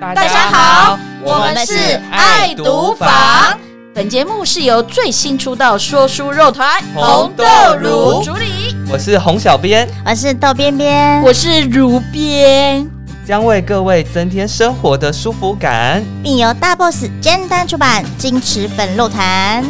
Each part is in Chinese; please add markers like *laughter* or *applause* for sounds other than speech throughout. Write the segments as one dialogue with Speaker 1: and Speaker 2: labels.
Speaker 1: 大
Speaker 2: 大家好，
Speaker 1: 我
Speaker 2: 我
Speaker 1: 们
Speaker 2: 们
Speaker 1: 是
Speaker 2: 是
Speaker 1: 爱
Speaker 2: 爱
Speaker 1: 读
Speaker 2: 读
Speaker 1: 房
Speaker 2: 房。本节目是由最新出道说书肉团
Speaker 1: 红豆乳
Speaker 2: 主理，
Speaker 1: 我是洪小编，
Speaker 3: 我是豆边边，
Speaker 2: 我是如边。
Speaker 1: 将为各位增添生活的舒服感。
Speaker 3: 并由大 boss 简单出版《金池粉肉坛》。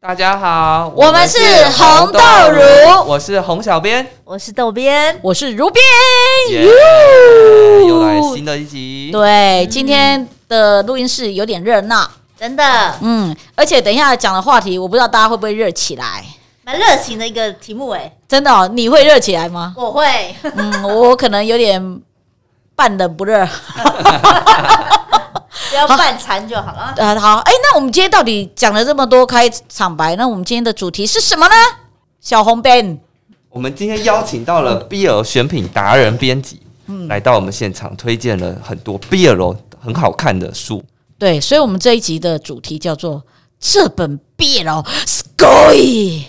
Speaker 1: 大家好，
Speaker 2: 我们是红豆乳
Speaker 1: 我是洪小编，
Speaker 3: 我是豆边，
Speaker 2: 我是如边。
Speaker 1: 耶又来新的一集。
Speaker 2: 对，今天的录音室有点热闹，
Speaker 3: 真的
Speaker 2: 嗯，而且等一下讲的话题，我不知道大家会不会热起来。
Speaker 3: 蛮热情的一个题目哎，
Speaker 2: 真的、哦，你会热起来吗？
Speaker 3: 我会
Speaker 2: 嗯，我可能有点半冷不热。
Speaker 3: *laughs* 不要半残就好了。
Speaker 2: 呃，好，哎，那我们今天到底讲了这么多开场白，那我们今天的主题是什么呢？小红 Ben，
Speaker 1: 我们今天邀请到了 BL 选品达人编辑，
Speaker 2: 嗯
Speaker 1: 来到我们现场，推荐了很多 BL 很好看的书。
Speaker 2: 对，所以我们这一集的主题叫做这本 BL Sky。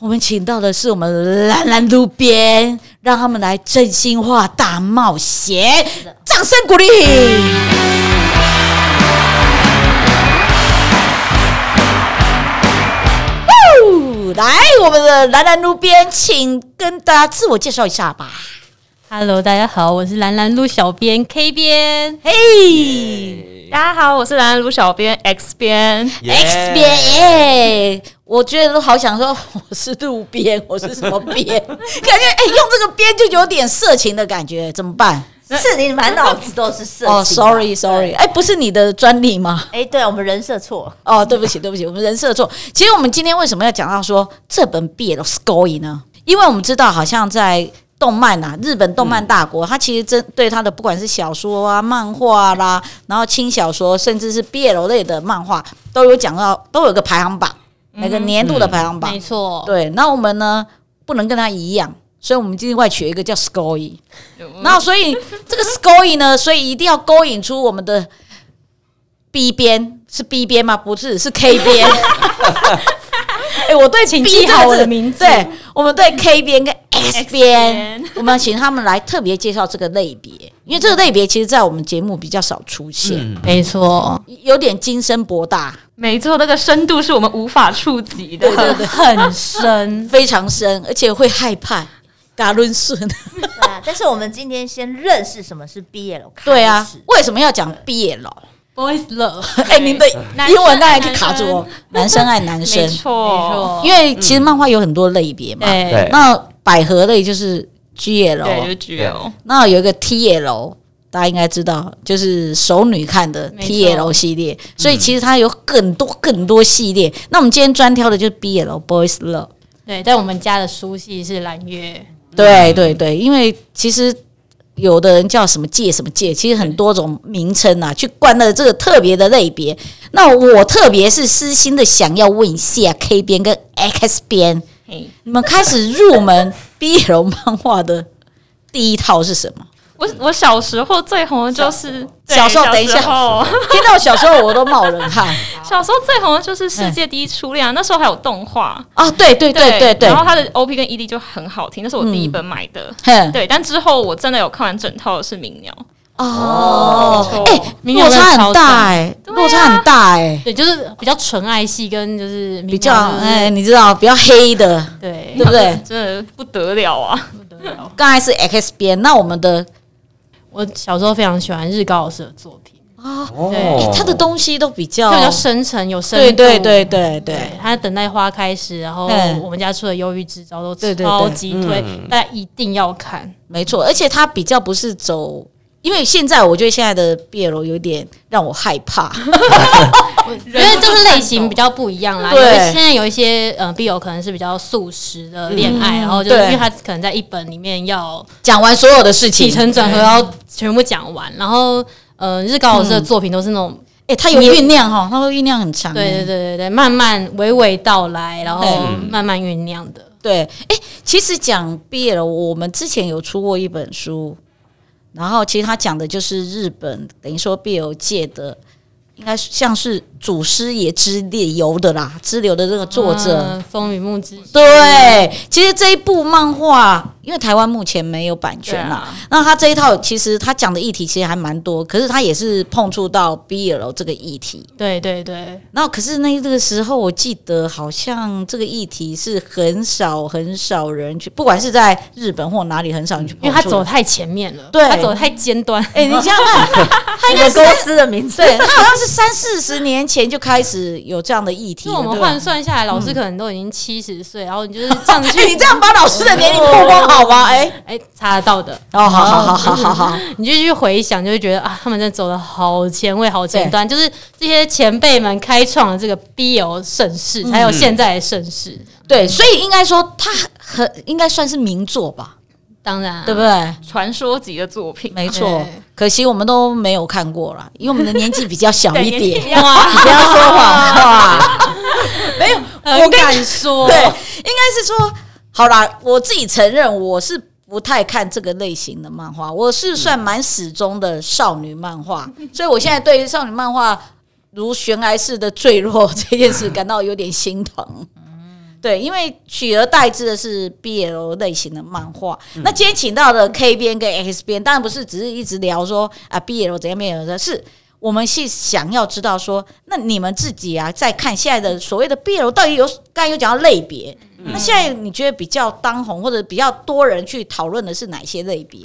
Speaker 2: 我们请到的是我们蓝蓝路边，让他们来真心话大冒险，掌声鼓励。Woo！来，我们的蓝蓝路边，请跟大家自我介绍一下吧。
Speaker 4: Hello，大家好，我是蓝蓝路小编 K 编。
Speaker 2: 嘿、
Speaker 5: 大家好，我是蓝蓝卢小编 X 编，
Speaker 2: X 边哎、我觉得都好想说我是路边，我是什么边？感觉哎、用这个边就有点色情的感觉，怎么办？
Speaker 3: 是你满脑子都是色情。
Speaker 2: 哦，sorry sorry，哎、不是你的专利吗？
Speaker 3: 哎，对我们人设错，
Speaker 2: 哦，对不起对不起，我们人设错。其实我们今天为什么要讲到说这本 BL Scoy 呢？因为我们知道好像在。动漫啊，日本动漫大国，它其实针对它的不管是小说啊、漫画啦、然后轻小说，甚至是 BL 类的漫画，都有讲到，都有个排行榜，每个年度的排行榜。
Speaker 4: 没错，
Speaker 2: 对，那我们呢不能跟他一样，所以我们另外取了一个叫 Scoy。那所以这个 Scoy 呢，所以一定要勾引出我们的 B 边是 B 边吗？不是，是 K *laughs* 边。哎、我对
Speaker 4: 请
Speaker 2: B
Speaker 4: 记
Speaker 2: 这
Speaker 4: 好
Speaker 2: 个
Speaker 4: 我的
Speaker 2: 字
Speaker 4: 名字
Speaker 2: 对我们对 K 边跟 X 边
Speaker 5: 边，
Speaker 2: 我们请他们来特别介绍这个类别，因为这个类别其实在我们节目比较少出现，
Speaker 1: 嗯
Speaker 4: 没错，
Speaker 2: 有点精深博大。
Speaker 5: 没错，那个深度是我们无法触
Speaker 2: *laughs*
Speaker 5: 及的。
Speaker 4: 很深。
Speaker 2: 非常深，而且会害怕。嘎伦顺，
Speaker 3: 对啊。 *laughs* 但是我们今天先认识什么是 BL 开始。
Speaker 2: 对啊， *laughs* 为什么要讲 BL？
Speaker 4: Boys love，
Speaker 2: *laughs* 哎、您的
Speaker 4: 男
Speaker 2: 英文
Speaker 4: 生
Speaker 2: 刚才
Speaker 4: 爱
Speaker 2: 就
Speaker 4: 男
Speaker 2: 卡住
Speaker 4: 生
Speaker 2: 哦，男生爱男生
Speaker 5: 没，错，
Speaker 2: 因为其实漫画有很多类别嘛，
Speaker 1: 对
Speaker 4: 对
Speaker 2: 那百合类就是 GL，
Speaker 5: 对，就是 GL，
Speaker 2: 那有一个 TL，大家应该知道，就是熟女看的
Speaker 4: 没错
Speaker 2: TL 系列，所以其实它有更多更多系列。那我们今天专挑的就是 BL Boys Love。
Speaker 4: 对，在我们家的书系是蓝月，
Speaker 2: 对对对，因为其实有的人叫什么界什么界，其实很多种名称啊，去冠了这个特别的类别。那我特别是私心的想要问一下 K 边跟 X 边，
Speaker 5: 嘿
Speaker 2: 你们开始入门 BL 漫画的第一套是什么？
Speaker 5: 我我小时候最红的就是对
Speaker 2: 小时候等一下
Speaker 5: 小时候
Speaker 2: 听到小时候我都冒冷汗
Speaker 5: 小时候最红的就是《世界第一初恋》啊，那时候还有动画，
Speaker 2: 啊！对对对对对
Speaker 5: 然，后它的 OP 跟 ED 就很好听，那是我第一本买的。
Speaker 2: 哼
Speaker 5: 对，但之后我真的有看完整套的是《鸣鸟》，
Speaker 2: 哦，哎、
Speaker 4: 明
Speaker 2: 落
Speaker 4: 年会
Speaker 2: 差很
Speaker 4: 超
Speaker 2: 大
Speaker 4: 正
Speaker 2: 哎、落差很大哎、
Speaker 4: 对，就是比较纯爱系跟就是
Speaker 2: 比
Speaker 4: 比哎
Speaker 2: 较哎、你知道比较黑的，
Speaker 4: 对
Speaker 2: 对不对？
Speaker 5: *laughs* 真的不得了啊！
Speaker 2: 刚才是 X 边，那我们的
Speaker 4: 我小时候非常喜欢日高老师的作品，
Speaker 1: 哦
Speaker 2: 他的东西都比较
Speaker 4: 就比较深沉有深
Speaker 2: 哦对
Speaker 4: 度，
Speaker 2: 对对对对
Speaker 4: 对，他等待花开时，然后
Speaker 2: 嗯
Speaker 4: 我们家出的《忧郁之招》
Speaker 2: 对对
Speaker 4: 都
Speaker 2: 对
Speaker 4: 超级推
Speaker 1: 嗯，
Speaker 4: 大家一定要看。
Speaker 2: 没错，而且他比较不是走。因为现在我觉得现在的 BL 有点让我害
Speaker 4: *laughs*
Speaker 2: 怕，
Speaker 4: 因为就是类型比较不一样啦。
Speaker 2: 对
Speaker 4: 有一现在有一些呃 BL 可能是比较素食的恋爱，然后就是
Speaker 2: 嗯对
Speaker 4: 因为他可能在一本里面要
Speaker 2: 讲完所有的事情
Speaker 4: 起，承转合要全部讲完，然后呃日高老师的作品都是那种、
Speaker 2: 哎，他有酝酿哈，他会酝酿很欸长，
Speaker 4: 对对对对对，慢慢娓娓道来，然后
Speaker 2: 嗯
Speaker 4: 慢慢酝酿的。
Speaker 2: 对，哎，其实讲 BL，我们之前有出过一本书，然后其实他讲的就是日本，等于说 BL 界的应该像是祖师爷之流的啦，之流的这个作者。
Speaker 4: 嗯风雨木之诗
Speaker 2: 对，其实这一部漫画，因为台湾目前没有版权啦，那他这一套其实他讲的议题其实还蛮多，可是他也是碰触到 BL 这个议题。
Speaker 4: 对对对，
Speaker 2: 那可是那这个时候，我记得好像这个议题是很少很少人去，不管是在日本或哪里，很少人去碰触。
Speaker 4: 因为他走太前面了，
Speaker 2: 对
Speaker 4: 他走太尖端，
Speaker 2: 哎、你想想 *laughs* 看，
Speaker 5: 一个公司的名字，
Speaker 2: 对他好像是三四十年前就开始有这样的议题
Speaker 4: *laughs* 就
Speaker 2: 了。
Speaker 4: 我们
Speaker 2: 对吧
Speaker 4: 换算下来，老
Speaker 2: 嗯
Speaker 4: 师可能都已经七十岁，然后你就是
Speaker 2: *laughs*
Speaker 4: 这样
Speaker 2: 哎
Speaker 4: 去，
Speaker 2: 你这样把老师的年龄曝光好吗？哎、
Speaker 4: 哎查得到的，
Speaker 2: 哦，好好好好好好，
Speaker 4: 你就去回想，就会觉得啊，他们真的走的好前卫、好前端，就是这些前辈们开创了这个 BL 盛世，
Speaker 2: 嗯
Speaker 4: 才有现在的盛世。
Speaker 2: 对，所以应该说他很应该算是名作吧，
Speaker 4: 当然、
Speaker 5: 嗯
Speaker 4: 啊，
Speaker 2: 对不对？
Speaker 5: 传说级的作品，
Speaker 2: 没错
Speaker 4: 对，
Speaker 2: 可惜我们都没有看过啦，因为我们的年纪比较小一
Speaker 5: *laughs* 对年纪
Speaker 2: 点。
Speaker 5: 比
Speaker 4: 哇，
Speaker 2: 不要说谎
Speaker 4: *laughs*
Speaker 2: 话，没有，我
Speaker 4: 很
Speaker 2: 跟
Speaker 4: 敢说，
Speaker 2: 对，应该是说好啦，我自己承认我是不太看这个类型的漫画，我是算蛮始终的少女漫
Speaker 4: *laughs*
Speaker 2: 画，所以我现在对于少女漫画如悬崖式的坠落这件事感到有点心疼。对，因为取而代之的是 BL 类型的漫画。
Speaker 4: 嗯
Speaker 2: 那今天请到的 K 边跟 X 边，当然不是只是一直聊说啊 BL 怎样怎样的，是我们是想要知道说，那你们自己啊，在看现在的所谓的 BL 到底有刚才有讲到类别，那现在你觉得比较当红或者比较多人去讨论的是哪些类别？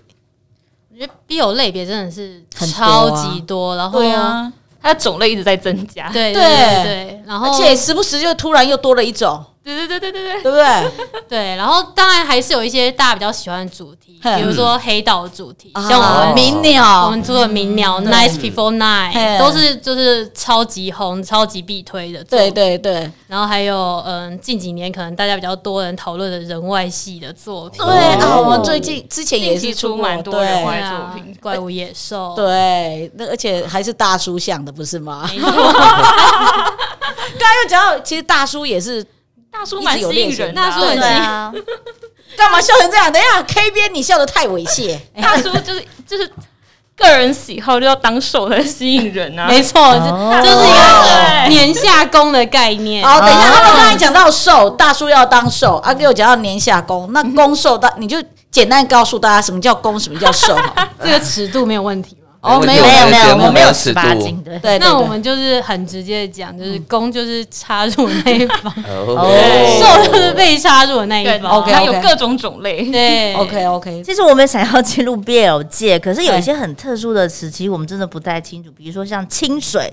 Speaker 4: 我觉得 BL 类别真的是
Speaker 2: 很多啊
Speaker 4: 超级多，然后
Speaker 2: 对啊，
Speaker 5: 它的种类一直在增加。
Speaker 4: 对
Speaker 2: 对
Speaker 4: 对对对，然后
Speaker 2: 哦而且时不时就突然又多了一种，
Speaker 5: 哦对对对对对啊对，
Speaker 2: 对不对？
Speaker 4: 对，然后当然还是有一些大家比较喜欢的主题，
Speaker 2: 嗯
Speaker 4: 比如说黑道主题，像我
Speaker 2: 啊嗯
Speaker 4: 们
Speaker 2: 鸣
Speaker 4: 我
Speaker 2: 鸟，
Speaker 5: 哦
Speaker 4: 们做的鸣鸟、Nice Before
Speaker 2: 嘿
Speaker 4: Night 都是就是超级红、超级必推的。
Speaker 2: 对，对对
Speaker 4: 然后还有嗯，近几年可能大家比较多人讨论的人外系的作品，
Speaker 2: 对啊！我们最近之前也
Speaker 5: 哦近
Speaker 2: 是
Speaker 5: 期出
Speaker 2: 过
Speaker 5: 蛮多
Speaker 2: 对
Speaker 5: 人外
Speaker 4: 对啊
Speaker 5: 作品
Speaker 4: 怪物野兽，
Speaker 2: 对，那而且还是大叔像的，不是吗？ *laughs*
Speaker 4: 没错，
Speaker 2: 刚才又讲到，其实大叔也是，
Speaker 4: *laughs*
Speaker 5: 大叔蛮吸引人的啊，
Speaker 4: 大叔很
Speaker 3: 对
Speaker 4: 吸引
Speaker 3: 啊，
Speaker 2: 干嘛笑成这样？等一下，K 边你笑的太猥亵，
Speaker 5: 大叔就是就是个人喜好就要当受很吸引人啊。
Speaker 4: 没错，就就是一个年下攻的概念。哦
Speaker 2: 好，等一下，他们刚才讲到瘦，大叔要当瘦，阿、啊、给我讲到年下攻，那攻瘦大，你就简单告诉大家什么叫攻，什么叫瘦。好
Speaker 4: *laughs*
Speaker 2: 吗
Speaker 4: 这个尺度没有问题吗？
Speaker 2: 哦，没有
Speaker 1: 没有
Speaker 2: 没
Speaker 1: 节
Speaker 2: 有
Speaker 1: 目
Speaker 2: 没有，
Speaker 1: 没有尺
Speaker 5: 十
Speaker 1: 度
Speaker 5: 八禁的，
Speaker 2: 对，对
Speaker 4: 那我
Speaker 2: 对
Speaker 4: 们就是很直接的讲，就是攻就是插入那一方，
Speaker 1: 哦
Speaker 4: 受 *laughs* 就是被插入的那一方。
Speaker 2: OK，OK
Speaker 5: 它有各种种类。
Speaker 4: 对
Speaker 2: OK OK，
Speaker 3: 其实我们想要进入 BL 界，可是有一些很特殊的词，其实我们真的不太清楚，比如说像清水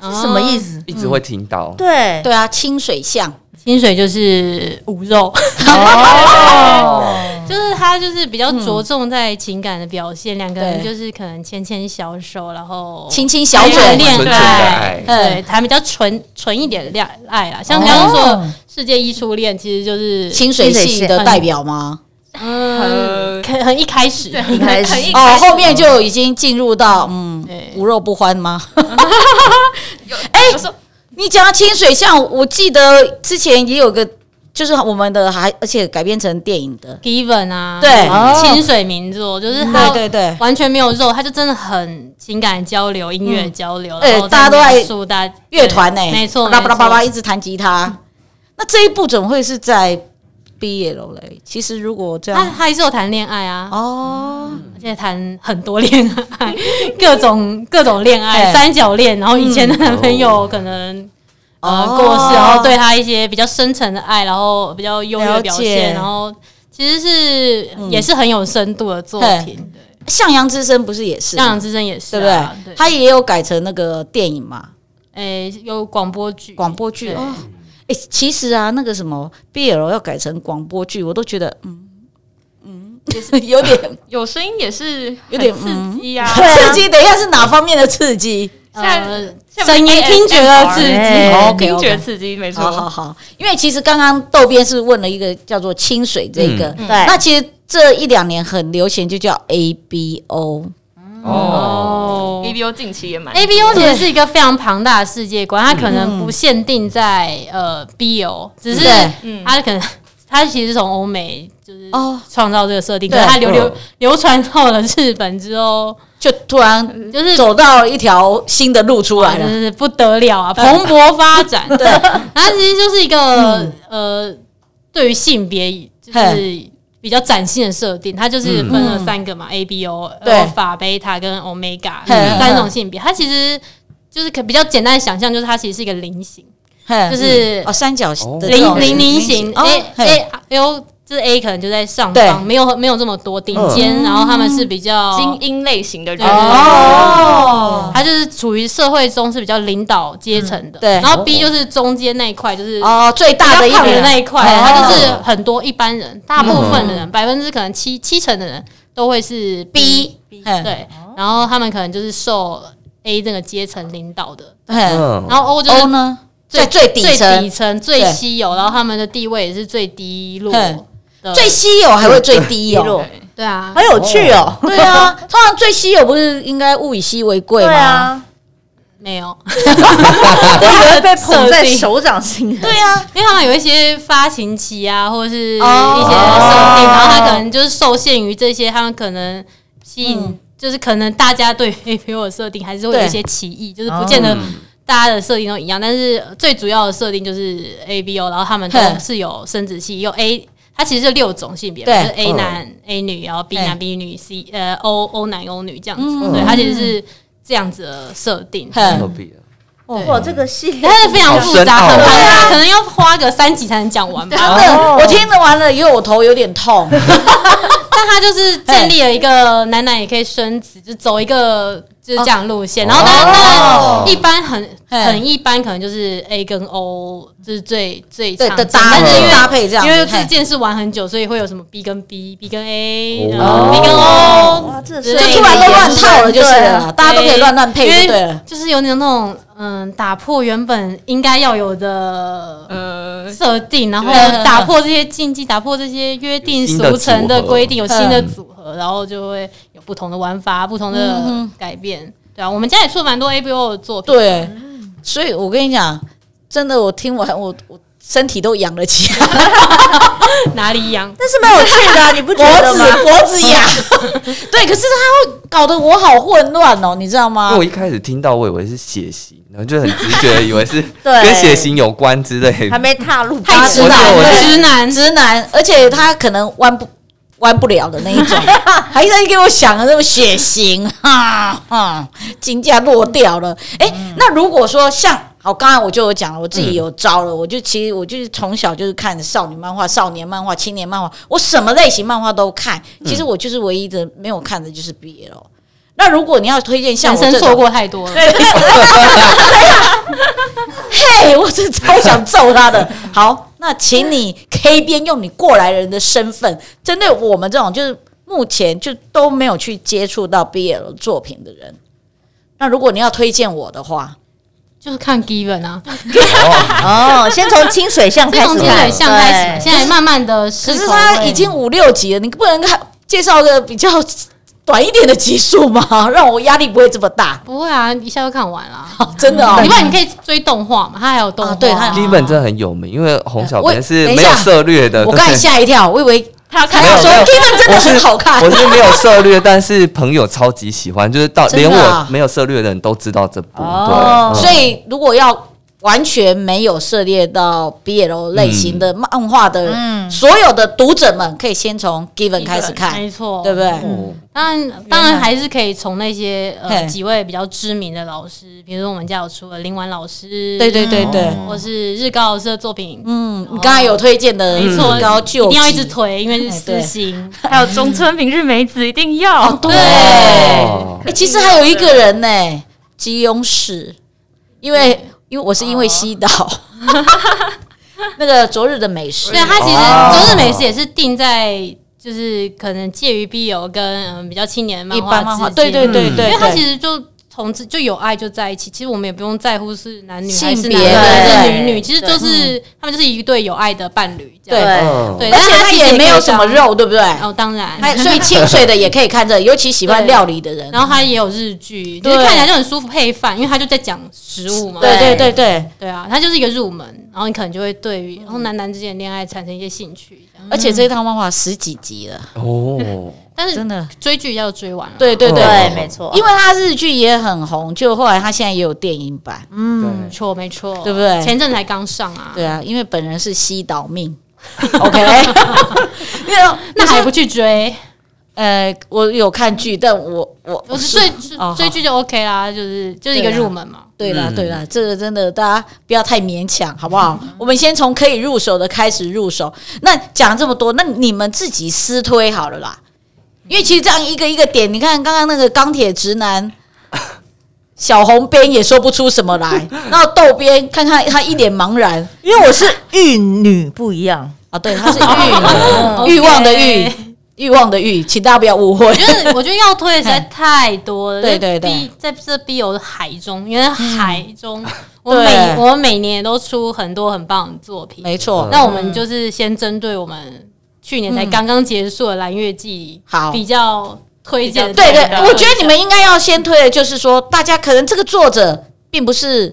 Speaker 3: 是什么意思？
Speaker 1: 一直会听到，
Speaker 3: 哦对，
Speaker 2: 对啊，清水像
Speaker 4: 清水就是无肉，
Speaker 3: 哦，
Speaker 4: 就是他就是比较着重在情感的表现，两、个人
Speaker 2: 对
Speaker 4: 就是可能牵牵小手，然后
Speaker 2: 亲亲小嗯
Speaker 4: 谈
Speaker 2: 嘴，
Speaker 1: 纯
Speaker 4: 恋
Speaker 1: 纯的
Speaker 4: 爱
Speaker 1: 爱，
Speaker 4: 对，谈哎比较纯纯一点的恋爱啦。像
Speaker 2: 哦
Speaker 4: 刚刚说世界一初恋，其实就是
Speaker 2: 清水系的代表吗？
Speaker 5: 呃
Speaker 4: 嗯，很很一开始，
Speaker 3: 一开始
Speaker 5: 很
Speaker 2: 哦，后面就已经进入到嗯
Speaker 4: 嗯对
Speaker 2: 无肉不欢吗？
Speaker 4: *laughs*
Speaker 5: 哎，有时候
Speaker 2: 你讲到清水像，我记得之前也有个，就是我们的还而且改编成电影的，
Speaker 4: Given 啊，
Speaker 2: 对
Speaker 3: 哦
Speaker 4: 清水名作就是他
Speaker 2: 对对对。
Speaker 4: 完全没有肉，他就真的很情感交流、音乐交流，
Speaker 2: 对
Speaker 4: 然后
Speaker 2: 嗯大家都在
Speaker 4: 描述大家
Speaker 2: 乐团呢，
Speaker 4: 对没错，
Speaker 2: 巴拉巴拉巴拉
Speaker 4: 没
Speaker 2: 一直弹吉他。那这一部怎么会是在毕业楼嘞？其实如果这
Speaker 4: 错他他
Speaker 2: 样，
Speaker 4: 还是有谈恋爱啊，
Speaker 2: 哦，
Speaker 4: 而且谈很多恋爱，各种各种恋
Speaker 2: 哎
Speaker 4: 爱，三角恋，然后以前的男朋友可能。呃，
Speaker 2: 哦
Speaker 4: 过世，然后对他一些比较深沉的爱，然后比较优越
Speaker 2: 了
Speaker 4: 的
Speaker 2: 解嗯
Speaker 4: 表现，然后其实是、也是很有深度的作品。对，
Speaker 2: 向阳之声不是也是
Speaker 4: 向
Speaker 2: 吗，
Speaker 4: 阳之声也是、
Speaker 2: 对不
Speaker 4: 啊，
Speaker 2: 对？
Speaker 4: 对？
Speaker 2: 他也有改成那个电影嘛，
Speaker 4: 诶、哎有广播剧，
Speaker 2: 广播剧。
Speaker 4: 对
Speaker 2: 哦，哎，其实啊，那个什么 BL 要改成广播剧，我都觉得嗯嗯， *laughs* 有点
Speaker 5: 有声音也是
Speaker 2: 有点
Speaker 5: 很刺激啊。
Speaker 4: 嗯
Speaker 3: 对啊
Speaker 2: 刺激。等一下是哪方面的刺激？
Speaker 4: 呃，
Speaker 5: 像
Speaker 4: 声音
Speaker 5: ASMR
Speaker 4: 听觉的刺激，
Speaker 3: 哎
Speaker 2: 哦，OK，OK
Speaker 5: 听觉刺激，没
Speaker 2: 好好
Speaker 5: 错。
Speaker 2: 好，因为其实刚刚豆边是问了一个叫做清水这个，
Speaker 4: 嗯
Speaker 3: 对，
Speaker 2: 那其实这一两年很流行，就叫 ABO。
Speaker 1: 哦，
Speaker 4: 哦
Speaker 5: A B O 近期也蛮
Speaker 4: A B O 其实是一个非常庞大的世界观，它可能不限定在呃 B O，只是
Speaker 2: 嗯对
Speaker 5: 嗯
Speaker 4: 它可能它其实是从欧美就是
Speaker 2: 哦
Speaker 4: 创造这个设定，
Speaker 2: 对
Speaker 4: 可是它流流
Speaker 1: 嗯
Speaker 4: 流传到了日本之后，
Speaker 2: 就突然
Speaker 4: 就是
Speaker 2: 走到一条新的路出来
Speaker 4: 真
Speaker 2: 了。
Speaker 4: 是不得了啊，蓬勃发展。对， *laughs* 它其实就是一个、呃，对于性别就是
Speaker 2: 嗯嘿嗯
Speaker 4: 比较崭新的设定，它就是分
Speaker 5: 嗯
Speaker 4: 了三个嘛、a B O，
Speaker 2: 对
Speaker 4: 然后法、贝塔跟 Omega
Speaker 2: 嘿嘿
Speaker 4: 三种性别，它其实。就是可比较简单的想象，就是它其实是一个菱形，
Speaker 2: 嘿
Speaker 4: 就是
Speaker 2: 哦，三角形的这
Speaker 4: 菱
Speaker 2: 种
Speaker 4: 菱菱形
Speaker 2: 哦
Speaker 4: ，A
Speaker 2: 嘿
Speaker 4: A O 就是 A 可能就在上
Speaker 2: 对嗯
Speaker 4: 方，没有没有这么多顶尖，然后他们是比较
Speaker 5: 嗯精英类型的人，
Speaker 2: 哦
Speaker 4: 他就是处于社会中是比较领导阶层的，
Speaker 2: 嗯对
Speaker 4: 然后 B 就是中间那一块，就是
Speaker 2: 哦，最
Speaker 4: 比较
Speaker 2: 大的一
Speaker 4: 胖的
Speaker 2: 点
Speaker 4: 那一块，啊
Speaker 2: 哦嗯
Speaker 4: 他就是很多一般人，大部分的人，百分之可能七七成的人都会是 B，
Speaker 3: 哦
Speaker 2: 嘿
Speaker 4: 对，然后他们可能就是受 A 这个阶层领导的，
Speaker 2: 嘿
Speaker 1: 嗯，
Speaker 4: 然后 O 就是
Speaker 2: O 呢，哦在
Speaker 4: 最
Speaker 2: 最底
Speaker 4: 最底
Speaker 2: 层，
Speaker 4: 层最
Speaker 2: 对
Speaker 4: 稀有，然后他们的地位也是最低落
Speaker 2: 嗯
Speaker 4: 的，
Speaker 2: 最稀有还会最低
Speaker 3: 低落
Speaker 2: 哦。
Speaker 4: 对啊
Speaker 3: 好，有趣哦。
Speaker 2: 对啊，通常最稀有不是应该物以稀为贵
Speaker 3: 对
Speaker 2: 吗？
Speaker 3: 啊，
Speaker 4: 没有，
Speaker 3: 我以
Speaker 2: 啊
Speaker 3: 为被
Speaker 4: 设
Speaker 3: 捧在
Speaker 4: 定
Speaker 3: 手掌心。
Speaker 2: 对啊，
Speaker 4: 因为他们有一些发行期啊，或者是一些设定，
Speaker 2: 哦
Speaker 4: 然后他可能就是受限于这些，他们可能吸引，
Speaker 2: 嗯
Speaker 4: 就是可能大家对于 A 我的设定还是会有一些歧义，就是不见得大家的设定都一样，但是最主要的设定就是 A B O，然后他们都
Speaker 2: 对
Speaker 4: 是有生殖器，有 A。它其实是六种性别嘛，
Speaker 2: 对
Speaker 4: 就是 A 男、A 女，然后 B
Speaker 2: 嘿
Speaker 4: 男、B 女、C 呃 O O 男、O 女这样子。
Speaker 2: 嗯
Speaker 4: 对，它其实是这样子的设定。
Speaker 2: 嘿
Speaker 1: 何必啊？
Speaker 3: 哇，哦这个戏
Speaker 4: 它哦哎是非常复杂，
Speaker 1: 好
Speaker 4: 很
Speaker 1: 深奥哦
Speaker 4: 庞
Speaker 5: 啊
Speaker 4: 大，可能要花个三集才能讲完吧。
Speaker 2: 真的，我听了完了以后，我头有点痛。
Speaker 4: 但他就是
Speaker 5: 哎
Speaker 4: 建立了一个奶奶也可以生子，就走一个就是这样路线。然后当然，当
Speaker 1: 哦
Speaker 4: 然一般很
Speaker 5: 哎
Speaker 2: 嘿
Speaker 4: 很一般，可能就是 A 跟 O 就是最最
Speaker 2: 对
Speaker 4: 常
Speaker 2: 的
Speaker 4: 见
Speaker 2: 搭
Speaker 4: 但是因为
Speaker 2: 搭配这样子
Speaker 4: 因为
Speaker 2: 嘿
Speaker 4: 这件事玩很久，所以会有什么 B 跟 B、B 跟 A、
Speaker 1: 哦
Speaker 4: 然后 B 跟 O。
Speaker 3: 哇，这
Speaker 4: 就
Speaker 3: 就
Speaker 2: 就突然都乱套了，就是了啦，大家都可以乱乱配就对
Speaker 4: 因为
Speaker 2: 了。
Speaker 4: 就是有点那种嗯，打破原本应该要有的
Speaker 5: 呃，
Speaker 4: 设定，然后
Speaker 2: 对
Speaker 4: 打破这些禁忌，打破这些约定俗成的规定，有
Speaker 2: 有新
Speaker 4: 新
Speaker 2: 的
Speaker 4: 的组合，然后就会有不同的玩法、不同的改变。对啊，我们家也出了蛮多 A B O 的
Speaker 2: *laughs*
Speaker 4: 作品，
Speaker 2: 对，
Speaker 4: 嗯
Speaker 2: 所以我跟你讲，真的，我听完我我身体都痒了起来，
Speaker 4: 哪里痒？
Speaker 3: 但是蛮有趣的啊， *laughs* 你不觉
Speaker 2: 脖
Speaker 3: 得吗？
Speaker 2: 子脖子痒。 *laughs* 对，可是他会搞得我好混乱哦，你知道
Speaker 1: 因
Speaker 2: 吗
Speaker 1: 为我？一开始听到，我以为是血型，然后就很直觉地以为是
Speaker 3: 对
Speaker 1: 跟血型有关之类
Speaker 3: 还
Speaker 1: 的。
Speaker 3: 没踏入
Speaker 2: 太直
Speaker 1: 我
Speaker 2: 男
Speaker 1: 觉得我
Speaker 2: 了，
Speaker 1: 是
Speaker 4: 直男
Speaker 2: 直男，而且他可能弯不弯不了的那一种，还在给我想的那种血型，哈、哈，金价落掉了。哎、那如果说像好，刚才我就有讲了，我自己有招了，我就其实我就是从小就是看少女漫画、少年漫画、青年漫画，我什么类型漫画都看。其实我就是唯一的没有看的就是 BL。那如果你要推荐像
Speaker 4: 人
Speaker 2: 我
Speaker 4: 生
Speaker 2: 这
Speaker 4: 错
Speaker 2: 种，
Speaker 4: 过太多了。
Speaker 2: 嘿，哎我真的超想揍他的。好，那请你 K 边用你过来人的身份，针对我们这种就是目前就都没有去接触到 BL 作品的人，那如果你要推荐我的话，
Speaker 4: 就是看 Given 啊，
Speaker 3: 哦，先从清水巷
Speaker 4: 就
Speaker 3: 开
Speaker 4: 从
Speaker 3: 始
Speaker 4: 清
Speaker 3: 看，
Speaker 4: 水巷开始嘛，
Speaker 3: 对
Speaker 4: 现在慢慢的
Speaker 2: 可
Speaker 4: 失
Speaker 2: 是
Speaker 4: 口
Speaker 2: 他
Speaker 4: 味
Speaker 2: 已经五六集了，你不能看介绍个比较短一点的集数吗？ *laughs* 让我压力不会这么大， *laughs*
Speaker 4: 不会啊，一下就看完了。
Speaker 2: 真的哦。
Speaker 4: 你不然你可以追动画嘛，它还有动画
Speaker 2: 啊，对它有
Speaker 1: 基本真的很有名，因为洪小
Speaker 2: 我
Speaker 1: 编是
Speaker 2: 等一
Speaker 1: 没有
Speaker 2: 下
Speaker 1: 策略的。
Speaker 2: 我刚才
Speaker 1: 对
Speaker 2: 吓一跳，我以为
Speaker 5: 他要
Speaker 2: *laughs* 他
Speaker 5: 看
Speaker 1: 没有
Speaker 2: 要说
Speaker 1: 呃没有
Speaker 2: K 漫真的很好看，
Speaker 1: 我是没有策略，但是朋友超级喜欢，就是到
Speaker 2: 真的
Speaker 1: 连
Speaker 2: 啊
Speaker 1: 我没有策略的人都知道这部。
Speaker 3: 哦
Speaker 1: 对，
Speaker 2: 所以如果要完全没有涉猎到 BL 类型
Speaker 3: 嗯
Speaker 2: 的漫画的人，所有的读者们可以先从嗯 Given 开始看，
Speaker 4: 没错，
Speaker 2: 对不对？
Speaker 1: 嗯
Speaker 4: 当然，当然还是可以从那些
Speaker 2: 呃嘿
Speaker 4: 呃几位比较知名的老师，比如说我们家有出了林婉老师，
Speaker 2: 对对对对，
Speaker 3: 哦
Speaker 4: 或是日高老师的作品，
Speaker 2: 嗯，你刚才有推荐
Speaker 3: 嗯
Speaker 2: 的
Speaker 4: 没错，
Speaker 2: 高就
Speaker 4: 一定要一直推，因为是
Speaker 2: 哎
Speaker 4: 私心。
Speaker 5: 还有中村明日美子一定要，
Speaker 2: 对。
Speaker 1: 哦
Speaker 2: 哎、其实还有一个人呢、吉永史，因为因为我是因为西岛。 *laughs* 那个昨日的美食
Speaker 4: 对，，它其
Speaker 1: 哦
Speaker 4: 实周日美食也是定在就是可能介于 BL 跟嗯比较青年漫
Speaker 2: 一般漫
Speaker 4: 画
Speaker 2: 画，
Speaker 4: 之
Speaker 2: 对
Speaker 4: 间
Speaker 2: 对对对，
Speaker 4: 因为它其
Speaker 2: 实
Speaker 4: 实就同志就有爱就在一起，其实我们也不用在乎是男女还
Speaker 2: 性
Speaker 4: 是
Speaker 2: 别
Speaker 4: 男男还是
Speaker 3: 对
Speaker 4: 女女，其实就是他们就是一对有爱的伴侣这样。
Speaker 2: 对
Speaker 1: 嗯
Speaker 4: 对，
Speaker 2: 而
Speaker 4: 但
Speaker 2: 且
Speaker 4: 它
Speaker 2: 它
Speaker 4: 其实
Speaker 2: 也没有
Speaker 4: 可以
Speaker 2: 什么
Speaker 4: 当
Speaker 2: 肉，对不对？
Speaker 4: 哦，当然，
Speaker 2: 还所以清水的也可以看这个，尤其喜欢料理的人。
Speaker 4: 然后它也有日剧，就是
Speaker 2: 对
Speaker 4: 看起来就很舒服配饭，因为它就在讲食物嘛。
Speaker 2: 对对对对，
Speaker 4: 对啊，它就是一个入门，然后你可能就会对于然后男男之间的恋爱产生一些兴趣。这样
Speaker 2: 而且这一套漫画十几集了，
Speaker 1: 哦，
Speaker 4: 但是
Speaker 2: 真的。
Speaker 4: 追剧要追完了，
Speaker 2: 对对对，
Speaker 1: 对
Speaker 3: 没错，
Speaker 2: 因为他日剧也很红，就后来他现在也有电影版。
Speaker 1: 嗯
Speaker 4: 没，错没错，
Speaker 2: 对不对
Speaker 4: 前阵才刚上啊，
Speaker 2: 对，啊，因为本人是西岛命，OK，那
Speaker 4: 那还不去追？
Speaker 2: 呃，我有看剧，但我我
Speaker 4: 我是追追
Speaker 2: 哦好
Speaker 4: 追剧就 OK 啦，就是就是一个入门嘛。
Speaker 2: 对啦
Speaker 1: 嗯
Speaker 2: 对啦，这个真的大家不要太勉强，好不好？
Speaker 4: 嗯
Speaker 2: 我们先从可以入手的开始入手。那讲这么多，那你们自己私推好了啦，因为其实这样一个一个点，你看刚刚那个钢铁直
Speaker 4: *laughs*
Speaker 2: 男。小红边也说不出什么来，然后豆边看看他一脸茫然
Speaker 3: 因为我是玉女不一样，
Speaker 2: 啊，对，他是欲
Speaker 4: *laughs*
Speaker 2: 欲
Speaker 4: 哦 OK
Speaker 2: 望的欲，欲望的欲，请大家不要误会
Speaker 4: *laughs* 我。觉得我觉得要推的实在太多了，
Speaker 2: 啊 *laughs* 对对对
Speaker 4: 就是 B- 在这 B 有海中，因为海中，我
Speaker 2: 对
Speaker 4: 每我每年都出很多很棒的作品。
Speaker 2: 没错，
Speaker 4: 那我们就是先针对我们去年才刚刚结束的蓝月季，
Speaker 2: 好
Speaker 4: 比较推荐的。
Speaker 2: 对对
Speaker 5: 对，
Speaker 2: 我觉得你们应该要先推的就是说，大家可能这个作者并不是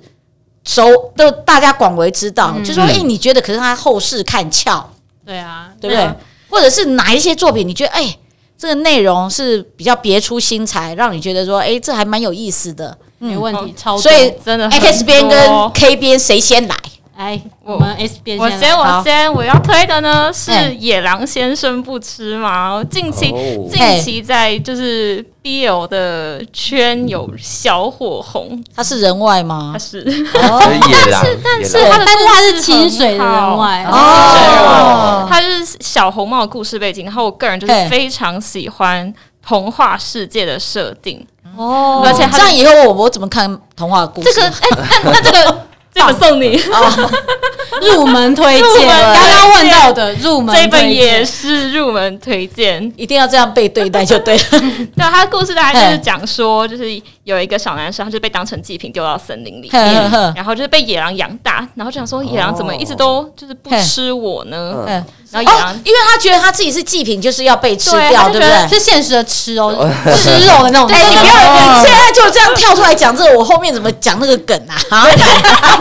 Speaker 2: 熟，都大家广为知
Speaker 5: 嗯
Speaker 2: 道，就说哎、诶你觉得可是他后世看俏，
Speaker 4: 对啊，
Speaker 2: 对不对？或者是哪一些作品，你觉得哎、这个内容是比较别出心裁，让你觉得说哎、这还蛮有意思
Speaker 5: *laughs*
Speaker 2: 的。
Speaker 4: 没问题，超多
Speaker 2: 嗯所以
Speaker 5: 真的很
Speaker 2: X 边跟
Speaker 5: 多
Speaker 2: K 边谁先来？
Speaker 4: 哎，
Speaker 5: 我
Speaker 4: 我们 S 边
Speaker 5: 我
Speaker 4: 先
Speaker 5: 先，
Speaker 4: 来
Speaker 5: 我先，我要推的呢是
Speaker 2: 哎
Speaker 5: 《野狼先生不吃嘛，近期、
Speaker 1: 哦
Speaker 5: 近期在就是 BL 的圈有小火红，
Speaker 2: 他是人外
Speaker 5: 他
Speaker 2: 吗？哦
Speaker 5: 是
Speaker 1: 所以野狼，野
Speaker 5: 但是
Speaker 1: 狼
Speaker 5: 他的
Speaker 4: 但是哎他是
Speaker 5: 故事
Speaker 4: 清水的
Speaker 5: 很好
Speaker 4: 人外
Speaker 2: 哦
Speaker 5: 他就是小红帽的故事背景，然后我个人就是
Speaker 2: 嘿
Speaker 5: 非常喜欢童话世界的设定。
Speaker 2: 哦
Speaker 5: 而且
Speaker 2: 这
Speaker 5: 他
Speaker 2: 样以后我我怎么看童话故事？
Speaker 5: 这个，哎、那那这个这本送你，
Speaker 2: 哦
Speaker 4: 入门推
Speaker 5: 入
Speaker 4: 荐，
Speaker 5: 门
Speaker 4: 刚刚问到的入门推
Speaker 5: 这
Speaker 4: 荐，
Speaker 5: 本也是入门推荐。
Speaker 2: *laughs* 一定要这样被对待就对
Speaker 5: *laughs*
Speaker 2: 了。
Speaker 5: 对，他的故事大概就是
Speaker 2: 嘿
Speaker 5: 讲说，就是有一个小男生，他就被当成祭品丢到森林里
Speaker 2: 呵呵
Speaker 5: 面
Speaker 2: 呵，
Speaker 5: 然后就是被野狼养大，然后就想说野狼怎么一直都就是不吃我呢？
Speaker 2: 嗯，
Speaker 5: 然后野
Speaker 2: 哦
Speaker 5: 狼，
Speaker 2: 因为他觉得他自己是祭品，就是要被吃
Speaker 5: 对
Speaker 2: 掉，
Speaker 5: 他
Speaker 2: 对
Speaker 5: 就
Speaker 2: 不
Speaker 5: 觉
Speaker 2: 对
Speaker 5: 得？
Speaker 4: 是现实的吃哦，吃肉的那种。
Speaker 5: *laughs*
Speaker 2: 哎、你不要，你现在就这样跳出来讲这个，我后面怎么讲那个梗啊？啊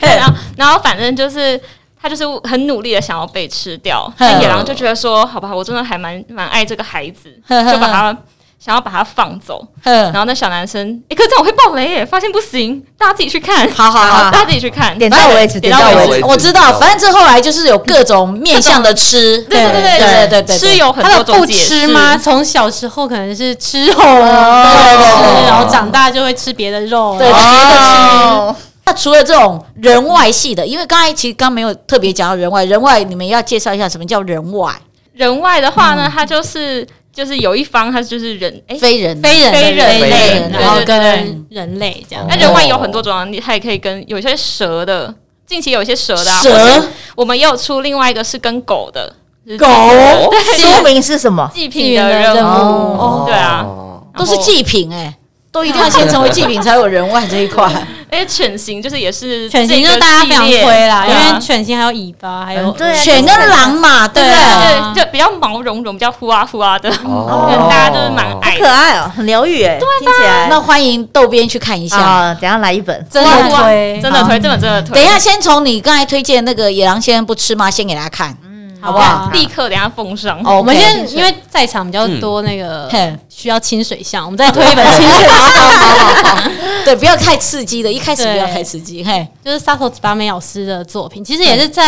Speaker 5: 对，然后然后反正就是。他就是很努力的想要被吃掉，
Speaker 2: 嘿
Speaker 5: 但野狼就觉得说，好吧，我真的还蛮蛮爱这个孩子，
Speaker 2: 呵呵
Speaker 5: 就把他想要把他放走。然
Speaker 2: 哼，
Speaker 5: 后那小男生，哎、可是这样我会爆雷耶，发现不行，大家自己去看。
Speaker 2: 好好好
Speaker 5: 大家自己去看。
Speaker 3: 点到为止，点到
Speaker 1: 到
Speaker 3: 为
Speaker 1: 为
Speaker 3: 止
Speaker 1: 止。
Speaker 2: 我知道，反正这后来就是有各种面向的吃，
Speaker 5: 对对对
Speaker 2: 对对对，
Speaker 5: 吃有很
Speaker 4: 他
Speaker 5: 多
Speaker 4: 的不
Speaker 5: 种解释
Speaker 4: 吃吗？？从小时候可能是吃肉，
Speaker 2: 哦
Speaker 4: 吃，然后长大就会吃别的肉。
Speaker 2: 对
Speaker 3: 哦，
Speaker 5: 啊
Speaker 2: 那除了这种人外系的，因为刚才其实刚没有特别讲到人外，人外你们要介绍一下什么叫人外，
Speaker 5: 人外的话呢，他就是就是有一方他就是人，哎、
Speaker 2: 非人哦
Speaker 4: 非人的人
Speaker 5: 非
Speaker 1: 人
Speaker 4: 类，
Speaker 1: 人
Speaker 4: 然后
Speaker 5: 对对
Speaker 4: 跟人类这样
Speaker 1: 哦。
Speaker 5: 那人外有很多种啊，你还可以跟有一些蛇的，近期有一些蛇的、啊，或者
Speaker 2: 蛇
Speaker 5: 是我们也有出另外一个是跟狗的就是
Speaker 2: 狗
Speaker 5: 哦
Speaker 3: 说明是什么？
Speaker 5: 祭品的任
Speaker 4: 任
Speaker 5: 务，
Speaker 4: 务
Speaker 2: 哦
Speaker 5: 对啊，
Speaker 1: 哦
Speaker 2: 都是祭品哎、都一定要先成为祭品才有人外这一块。
Speaker 5: 而且犬型就是也是
Speaker 4: 犬
Speaker 5: 这
Speaker 4: 型就
Speaker 5: 个
Speaker 4: 是大家非常
Speaker 5: 系列
Speaker 4: 推啦，
Speaker 5: 对啊
Speaker 4: 因为犬型还有尾巴，还有
Speaker 3: 嗯对啊
Speaker 2: 犬跟狼嘛，对不
Speaker 4: 对
Speaker 2: 对
Speaker 4: 啊？
Speaker 5: 对，就比较毛茸茸，比较呼啊呼啊的，
Speaker 1: 哦
Speaker 5: 大家就是蛮爱
Speaker 3: 可
Speaker 5: 的。
Speaker 3: 爱哦，很疗愈哎，
Speaker 4: 啊
Speaker 3: 听起来。
Speaker 2: 那欢迎豆边去看一下。
Speaker 3: 啊，等一下来一本，
Speaker 4: 真
Speaker 5: 哇
Speaker 4: 的
Speaker 5: 哇
Speaker 4: 推，
Speaker 5: 真的推，这本真的推。
Speaker 2: 等一下，先从你刚才推荐那个《野狼先生不吃吗》先给大家看。
Speaker 4: 好
Speaker 2: 不好
Speaker 5: 立刻等一下奉上。
Speaker 2: 哦
Speaker 4: 我们
Speaker 2: OK 嗯
Speaker 4: 先因为在场比较多那个
Speaker 2: 嘿
Speaker 4: 需要清水像，我们再推一
Speaker 2: *laughs*
Speaker 4: 本清水，
Speaker 2: 好好好好好， *laughs* 对，不要太刺激的，一开始不要太刺激。嘿，
Speaker 4: 就是沙头子巴美老师的作品，其实也是在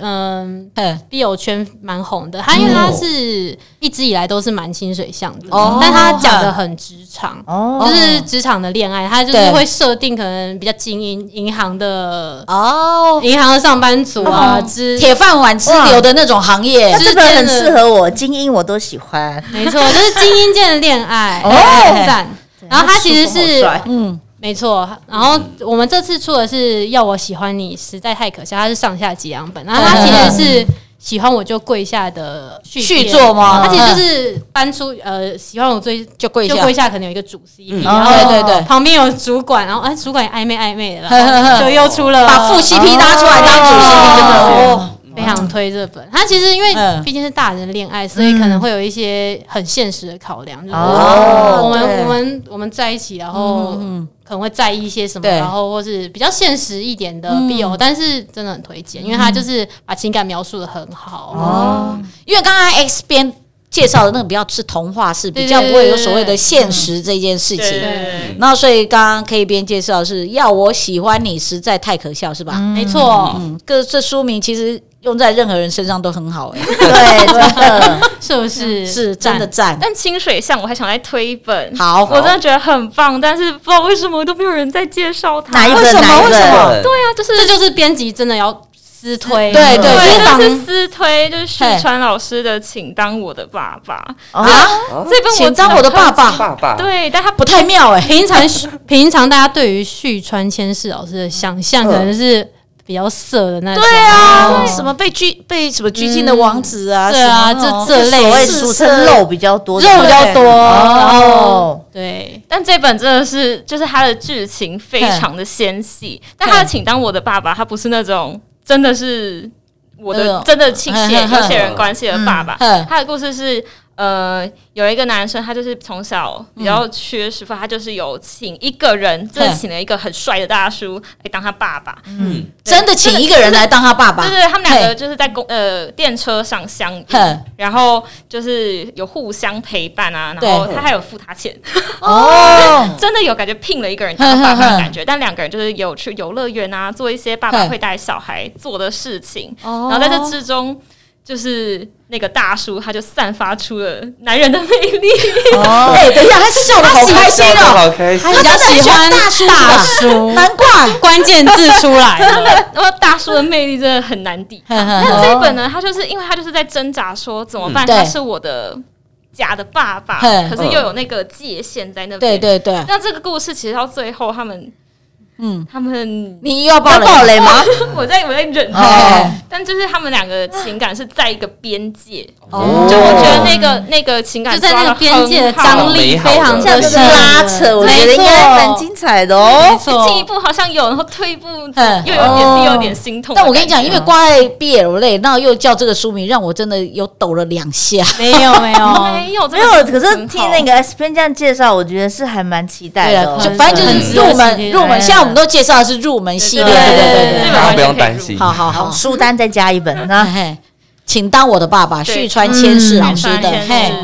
Speaker 4: 嗯
Speaker 2: 嗯，
Speaker 4: B 友圈蛮红的，他因为他是一直以来都是蛮清水向的，
Speaker 2: 哦
Speaker 4: 但他讲的很职场，
Speaker 3: 哦
Speaker 4: 就是职场的恋爱，他就是
Speaker 2: 对
Speaker 4: 会设定可能比较精英银行的
Speaker 2: 哦，
Speaker 4: 银行的上班族啊之。
Speaker 2: 铁饭碗之流的那种行业
Speaker 3: 那，这本很适合我，精英我都喜欢。
Speaker 4: *laughs* 没错，就是精英间的恋爱，
Speaker 3: 哦
Speaker 4: 很赞。然后他其实
Speaker 3: 书
Speaker 4: 是
Speaker 3: 风好帅
Speaker 2: 嗯，
Speaker 4: 没错，然后我们这次出的是《要我喜欢你实在太可笑》，它是上下几两本，然后它其实是。喜欢我就跪下的续
Speaker 2: 续
Speaker 4: 续
Speaker 2: 作吗
Speaker 4: 它其实就是搬出呃，喜欢我最
Speaker 2: 就跪
Speaker 4: 就
Speaker 2: 下
Speaker 4: 跪。下，可能有一个主 CP，
Speaker 1: 嗯
Speaker 4: 然后
Speaker 2: 对对对，
Speaker 4: 旁边有主管，然后哎，主管也暧昧暧昧的，
Speaker 2: *laughs* 呵呵呵
Speaker 4: 然后就又出了
Speaker 2: 把副 CP 拉出来当主 CP，真的哦，
Speaker 4: 非常推这本。它其实因为
Speaker 2: 嗯
Speaker 4: 毕竟是大人恋爱，所以可能会有一些很现实的考量，就是
Speaker 3: 哦
Speaker 4: 我们
Speaker 2: 对嗯
Speaker 4: 我们我们在一起，然后可能会在意一些什么，
Speaker 2: 对嗯
Speaker 4: 然后或是比较现实一点的 BL，但是真
Speaker 2: 哦
Speaker 4: 的很推荐，因为它就是把情感描述的很好。
Speaker 2: 因为刚刚 X 边介绍的那个比较是童话式，
Speaker 4: 对
Speaker 2: 比较不会有所谓
Speaker 4: 对对
Speaker 2: 的现实这件事情。
Speaker 5: 对，
Speaker 2: 然后，所以刚刚 K 边介绍的是要我喜欢你，实在太可笑，是吧？
Speaker 4: 没错，
Speaker 2: 嗯，各这书名其实用在任何人身上都很好、欸，
Speaker 3: 对，真的。
Speaker 4: 是不是？
Speaker 2: 是真的赞。
Speaker 5: 但清水巷我还想再推一本，
Speaker 2: 好，
Speaker 5: 我真的觉得很棒，但是不知道为什么都没有人在介绍它。
Speaker 3: 哪一
Speaker 2: 为
Speaker 3: 本？
Speaker 2: 什么
Speaker 3: 哪一
Speaker 2: 为什么
Speaker 1: 对
Speaker 3: 本？
Speaker 5: 对啊，就是
Speaker 4: 这就是编辑真的要私推，
Speaker 2: 对对
Speaker 5: 对，
Speaker 2: 非常
Speaker 5: 这是私推，就是徐川老师的《请当我的爸爸》
Speaker 3: 啊，
Speaker 1: 啊
Speaker 5: 这本，
Speaker 2: 嗯请当我的爸爸，
Speaker 1: 爸爸，
Speaker 5: 对，但他
Speaker 2: 不太妙哎、
Speaker 4: 平常平常大家对于旭川千世老师的想象可能是比较色的那种，对
Speaker 2: 呃啊，什么被拘被什么拘禁的王子啊，
Speaker 4: 对啊
Speaker 2: 什么哦
Speaker 4: 这这类
Speaker 3: 所谓
Speaker 4: 是
Speaker 3: 俗称肉比较多，
Speaker 2: 肉比较多，
Speaker 3: 哦，
Speaker 4: 对，
Speaker 5: 但这本真的是，就是它的剧情非常的纤细，但它的《请当我的爸爸》，他不是那种真的是我
Speaker 2: 那
Speaker 5: 的
Speaker 2: 种
Speaker 5: 真的亲
Speaker 2: 哼
Speaker 5: 血
Speaker 2: 哼哼
Speaker 5: 有血缘关系的爸爸
Speaker 2: 嗯哼。
Speaker 5: 他的故事是，呃，有一个男生，他就是从小比较
Speaker 2: 嗯
Speaker 5: 缺师傅，他就是有请一个人，就是请了一个很帅的大叔来当他爸爸。
Speaker 1: 嗯，
Speaker 5: 对
Speaker 2: 真的请一个人来当他爸爸，
Speaker 5: 对对对，他们两个
Speaker 2: 嘿
Speaker 5: 就是在公呃电车上相遇
Speaker 2: 哼，
Speaker 5: 然后就是有互相陪伴啊，
Speaker 2: 对
Speaker 5: 然后他还有付他钱，
Speaker 3: 哦，
Speaker 5: 真的有感觉聘了一个人当爸爸的感 *laughs* 觉，但两个人就是有去游乐园啊，做一些爸爸
Speaker 2: 哼
Speaker 5: 会带小孩做的事情，
Speaker 2: 哦
Speaker 5: 然后在这之中。就是那个大叔，他就散发出了男人的魅 *laughs* 力，
Speaker 3: 哦，
Speaker 2: 哎，等一下，他笑的好开心
Speaker 1: 笑得
Speaker 2: 哦，
Speaker 1: 好开心啊
Speaker 4: 他，比较喜欢
Speaker 2: 大叔是吧
Speaker 4: 大叔，
Speaker 2: 难怪，
Speaker 4: 关键字出来
Speaker 2: *laughs*
Speaker 4: 了，
Speaker 5: 然后哦大叔的魅力真的很难 *laughs* 抵哦
Speaker 2: 哼哼
Speaker 5: 那
Speaker 2: 哼
Speaker 5: 这一本呢，他就是因为他就是在挣扎说怎么
Speaker 1: 嗯
Speaker 5: 办，他
Speaker 2: 对
Speaker 5: 是我的假的爸爸，
Speaker 2: 嘿
Speaker 5: 可是又有那个界限在那边。
Speaker 2: 对对对，
Speaker 5: *laughs* 那这个故事其实到最后，他们
Speaker 2: 嗯，
Speaker 5: 他们， *laughs*
Speaker 2: 你又要
Speaker 3: 要
Speaker 2: 爆
Speaker 3: 暴雷吗？
Speaker 5: 我在我在忍
Speaker 3: 哦
Speaker 5: 耐， *laughs* 但就是他们两个情感是在一个边界，
Speaker 2: 哦
Speaker 5: 就我觉得那个那个情感
Speaker 4: 就在那个边界的张力非常
Speaker 3: 这样
Speaker 4: 的
Speaker 3: 子
Speaker 4: 深
Speaker 3: 拉扯，我觉得应该蛮精彩的
Speaker 4: 没
Speaker 3: 哦。
Speaker 4: 错，
Speaker 5: 进一步好像有，然后退一步又有
Speaker 2: 嗯
Speaker 5: 点又有点心痛。
Speaker 2: 但我跟你讲，因为挂在 BL 类，然后又叫这个书名，让我真的有抖了两下。
Speaker 4: 没有
Speaker 2: *laughs*
Speaker 4: 没有，
Speaker 5: 没有
Speaker 3: 没有，可是听那个 S 边这样介绍，我觉得是还蛮期待
Speaker 2: 对
Speaker 3: 的
Speaker 2: 啊，
Speaker 3: 哦。
Speaker 2: 就反正就
Speaker 4: 很
Speaker 2: 是
Speaker 4: 值
Speaker 2: 入
Speaker 4: 得
Speaker 2: 门
Speaker 4: 期待
Speaker 2: 入门。现在我们都介绍的是入门系列，对对对对
Speaker 1: 大家
Speaker 2: 对
Speaker 5: 这本完全
Speaker 1: 不用
Speaker 5: 可以入
Speaker 1: 担心，
Speaker 2: 好好
Speaker 3: 好，
Speaker 2: 好，
Speaker 3: 书单再加一本，那
Speaker 2: 嘿，请当我的爸爸，
Speaker 5: 对
Speaker 2: 旭川千世老师的，
Speaker 5: 嗯
Speaker 2: 嘿
Speaker 5: 旭川千世，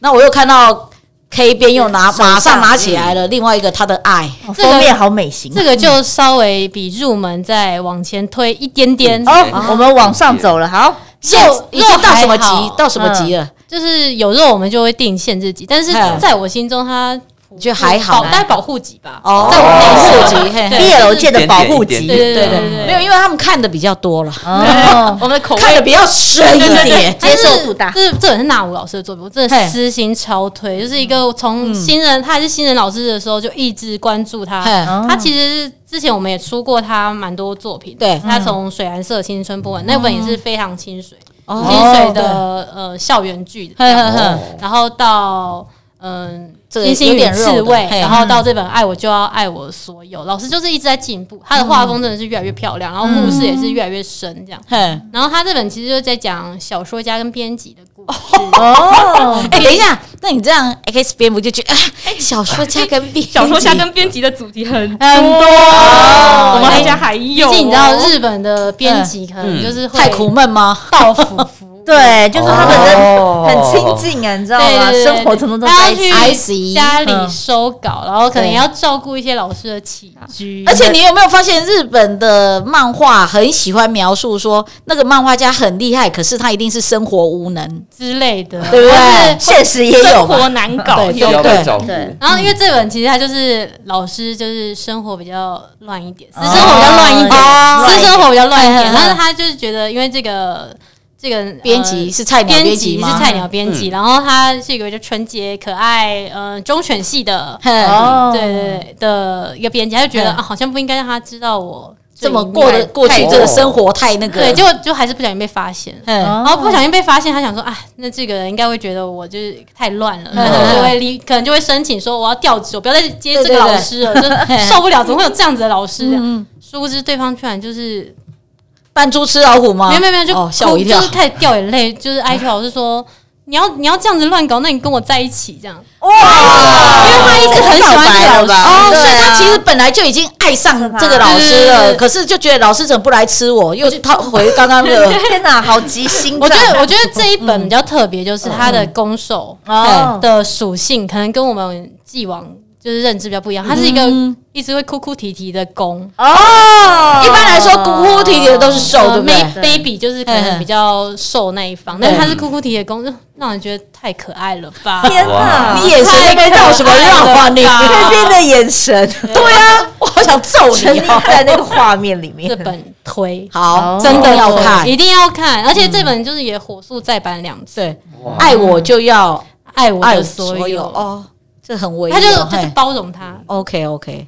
Speaker 2: 那我又看到 K 边又拿
Speaker 3: 手上
Speaker 2: 马上拿起来了，另外一个他的爱，
Speaker 3: 哦
Speaker 4: 这个
Speaker 3: 封面好美型
Speaker 4: 这个就稍微比入门再往前推一点点，
Speaker 2: 嗯
Speaker 3: 哦。我们往上走了，好，
Speaker 2: 现已经到什么
Speaker 4: 肉还
Speaker 2: 级
Speaker 4: 好？
Speaker 2: 到什么级了？
Speaker 4: 就是有肉我们就会定限制级，但是
Speaker 2: 嗯
Speaker 4: 在我心中它
Speaker 2: 就还好
Speaker 4: 保大概保护级吧。
Speaker 2: 哦，
Speaker 4: 在我们
Speaker 2: 保护
Speaker 4: 内
Speaker 2: 级，嘿，
Speaker 4: 对
Speaker 2: 嘿
Speaker 3: BL 界的保护
Speaker 1: 一点点一
Speaker 4: 对
Speaker 1: 点点
Speaker 3: 级
Speaker 4: 对对对对，
Speaker 2: 没有，因为他们看的比较多了，
Speaker 3: 哦，
Speaker 5: *laughs* 我们的口
Speaker 2: 看的
Speaker 5: 味
Speaker 2: 比较深一点。
Speaker 3: 接受度大
Speaker 4: 这这本是纳武老师的作品，我真
Speaker 2: 嘿嗯
Speaker 4: 的私心超推，就是一个从新人，他还是新人老师的时候就一直关注他。
Speaker 2: 嘿
Speaker 3: 哦
Speaker 4: 他其实之前我们也出过他蛮多作品，
Speaker 2: 对嗯
Speaker 4: 他从《水蓝色青春波纹》那本也是非常清水，
Speaker 2: 哦
Speaker 4: 清水的呃校园剧的这
Speaker 2: 嘿
Speaker 4: 样，
Speaker 2: 嘿嘿，
Speaker 4: 然后到嗯。
Speaker 2: 这个
Speaker 4: 星星
Speaker 2: 有
Speaker 4: 与
Speaker 2: 点
Speaker 4: 刺
Speaker 2: 肉的
Speaker 4: 猬，
Speaker 2: 嘿
Speaker 4: 然嗯后到这本《爱我就要爱我所有》，老师就是一直在进步，他的画风真的是越来越漂亮，然后故事也是越来越深，这样。
Speaker 2: 嘿，
Speaker 4: 然后他这本其实就是在讲小说家跟编辑的故事，
Speaker 3: 哦，，
Speaker 2: 哎，等一下，那你这样 X 边不就觉得啊
Speaker 4: 哎
Speaker 2: 小说家
Speaker 4: *laughs*
Speaker 2: 跟 B
Speaker 5: 小说家跟编辑的主题很
Speaker 4: 很多。
Speaker 5: 我们
Speaker 4: 哎
Speaker 5: 还家还有哦，
Speaker 4: 毕竟你知道日本的编辑可能就是
Speaker 2: 嗯
Speaker 4: 会
Speaker 2: 太苦闷吗？哦
Speaker 4: 到腐服
Speaker 3: 对，就是他们
Speaker 1: 哦
Speaker 3: 人很亲近啊，你知道
Speaker 4: 对
Speaker 3: 吗？
Speaker 4: 对对，
Speaker 3: 生活从中都
Speaker 4: 他
Speaker 3: 在
Speaker 4: 要
Speaker 3: 一起。
Speaker 4: 去
Speaker 2: E
Speaker 4: 家里收稿，然后可能也要照顾一些老师的起居，
Speaker 2: 而且你有没有发现，日本的漫画很喜欢描述说那个漫画家很厉害，可是他一定是生活无能，
Speaker 4: 之类的，
Speaker 3: 嗯
Speaker 2: 对不对？
Speaker 3: 现实也有
Speaker 5: 生
Speaker 3: 嘛，
Speaker 5: 活难搞，
Speaker 2: 对
Speaker 1: 需要被照顾，
Speaker 3: 对
Speaker 4: 然后因为这本其实它就是老师就是生活比较乱一点，私
Speaker 3: 哦
Speaker 4: 生活比较乱一点，
Speaker 2: 哦
Speaker 4: 私生活比较乱一
Speaker 2: 嗯
Speaker 4: 点，
Speaker 2: 嗯嗯
Speaker 4: 但是他就是觉得因为这个这个呃
Speaker 2: 编辑是菜鸟
Speaker 4: 编
Speaker 2: 编
Speaker 4: 辑
Speaker 2: 辑
Speaker 4: 是
Speaker 2: 吗？嗯
Speaker 4: 菜鸟编辑，然后他是一个就纯洁可爱呃中犬
Speaker 2: *laughs*
Speaker 4: 系的，
Speaker 2: 哼，
Speaker 3: 哦，
Speaker 4: 对对对的一个编辑，他就觉得
Speaker 2: 嗯
Speaker 4: 啊好像不应该让他知道我
Speaker 2: 这么
Speaker 4: 一面
Speaker 2: 过的过去
Speaker 1: 太
Speaker 2: 这个生活太那个，
Speaker 4: 对，结果就还是不小心被发现了。
Speaker 2: 嗯
Speaker 3: 哦
Speaker 4: 然后不小心被发现，他想说，哎，那这个人应该会觉得我就是太乱了，
Speaker 2: 嗯
Speaker 4: 可能就会离，可能就会申请说我要调职，我不要再接这
Speaker 2: 对对
Speaker 4: 个
Speaker 2: 对
Speaker 4: 老师了，真受不了，怎么会有这样子的老师？
Speaker 2: 嗯，
Speaker 4: 殊不知对方居然就是
Speaker 2: 扮猪吃老虎吗？
Speaker 4: 没有没有没有，就
Speaker 2: 哦
Speaker 4: 哭
Speaker 2: 吓我一跳
Speaker 4: 就是开始掉眼泪，
Speaker 2: *laughs*
Speaker 4: 就是哀求老师说。你要你要这样
Speaker 2: 哦
Speaker 4: 子乱搞，那你跟我在一起这样，
Speaker 3: 哇，因为
Speaker 4: 他一直很喜欢这个老师
Speaker 2: 哦，所以他其其
Speaker 3: 啊
Speaker 2: 实本来就已经爱上这个老师
Speaker 4: 啊对对对
Speaker 2: 了，
Speaker 4: 对
Speaker 2: 可是就觉得老师怎么不来吃我？又他回刚刚那 *laughs* 个
Speaker 3: 天哪，好急
Speaker 2: 嗯
Speaker 3: 心
Speaker 2: *laughs*
Speaker 4: 我
Speaker 3: 脏！
Speaker 4: 觉
Speaker 2: 啊
Speaker 4: 得，我觉得这一本比较特别，就是它的攻受
Speaker 2: 嗯
Speaker 3: 哦
Speaker 4: 的属性，可能跟我们既往就是认知比较不一样。它是一个
Speaker 2: 嗯
Speaker 4: 一直会哭哭啼啼的攻，
Speaker 3: 哦，
Speaker 2: 一般来说哭哭啼啼的都是瘦，对
Speaker 4: 呃
Speaker 2: 不对？嗯
Speaker 4: ，ma- baby 就是可能比较瘦那一方，但是它是哭哭啼啼的攻，就让人觉得太可爱了
Speaker 2: *laughs*
Speaker 4: 吧？
Speaker 3: 天
Speaker 1: 哇
Speaker 3: 哪，
Speaker 2: 你眼神都没到什么绕啊你！
Speaker 3: 这边的眼神
Speaker 2: 对啊，我好想揍
Speaker 3: 沉
Speaker 2: 你
Speaker 3: 溺
Speaker 2: 哦！
Speaker 3: 在那个画面里
Speaker 2: *laughs*
Speaker 3: 面
Speaker 4: 这。本推
Speaker 2: 好，
Speaker 4: 真的
Speaker 2: 一定要看嗯
Speaker 4: 一，定要看，而且这本就是也火速再版两次，
Speaker 2: 对，爱我就要
Speaker 4: 爱我
Speaker 2: 爱
Speaker 4: 的
Speaker 2: 我
Speaker 4: 所
Speaker 2: 所有
Speaker 4: 哦，
Speaker 2: 哦，这很唯一哦，
Speaker 4: 他就就是
Speaker 2: 嘿
Speaker 4: 包容他。
Speaker 2: OK OK，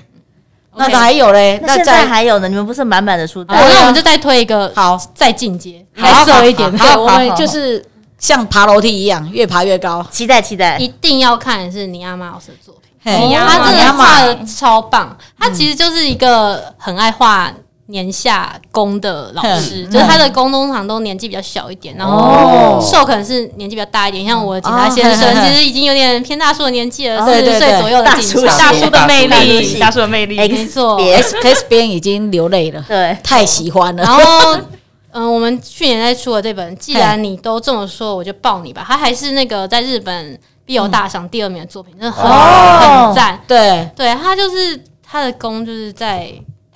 Speaker 2: 那
Speaker 4: OK
Speaker 2: 还有嘞，
Speaker 3: 那
Speaker 2: 那
Speaker 3: 现在
Speaker 2: 再
Speaker 3: 还有呢？你们不是满满的书
Speaker 4: 好，
Speaker 3: 单？
Speaker 4: 那我们就再推一个，
Speaker 2: 好，
Speaker 4: 再进阶，
Speaker 2: 好啊
Speaker 4: 再色一点，
Speaker 2: 好好啊
Speaker 4: 对
Speaker 2: 我
Speaker 4: 我们
Speaker 2: 们就是像爬楼梯一样，越爬越高。
Speaker 3: 期待期待
Speaker 4: 一定要看的是尼亚马老师的作品，
Speaker 2: 嘿
Speaker 5: 尼亚
Speaker 4: 他
Speaker 5: 马
Speaker 4: 真
Speaker 2: *laughs*
Speaker 4: 的
Speaker 2: 尼
Speaker 4: 画
Speaker 2: 亚
Speaker 4: 的超棒，他其实就是一个很爱画。年下工的老师，
Speaker 2: 嗯
Speaker 4: 就是他的工通常都年纪比较小一点，然后
Speaker 2: 哦
Speaker 4: 受可能是年纪比较大一点，像我的警察
Speaker 2: 哦
Speaker 4: 先
Speaker 2: 嘿
Speaker 4: 生
Speaker 2: 嘿嘿哦
Speaker 4: 其实已经有点偏大叔的年纪了，
Speaker 2: 对
Speaker 4: 四
Speaker 2: 对
Speaker 4: 十岁
Speaker 2: 对
Speaker 4: 左右的
Speaker 3: 大
Speaker 4: 警
Speaker 3: 叔
Speaker 4: 察，
Speaker 5: 大叔的魅
Speaker 4: 大叔
Speaker 5: 力，
Speaker 4: 系
Speaker 5: 大叔的魅力，
Speaker 4: 没错，
Speaker 2: S S 边已经流泪了， *laughs*
Speaker 3: 对，
Speaker 2: 太喜欢了。
Speaker 4: 然后， *laughs* 嗯，我们去年在出的这本，既然你都这么说，我就抱你吧。它还是那个在日本必
Speaker 2: 嗯
Speaker 4: 有大赏第二名的作品，真的很、
Speaker 3: 哦
Speaker 4: 很赞。
Speaker 2: 对，
Speaker 4: 对，它就是它的功，就是在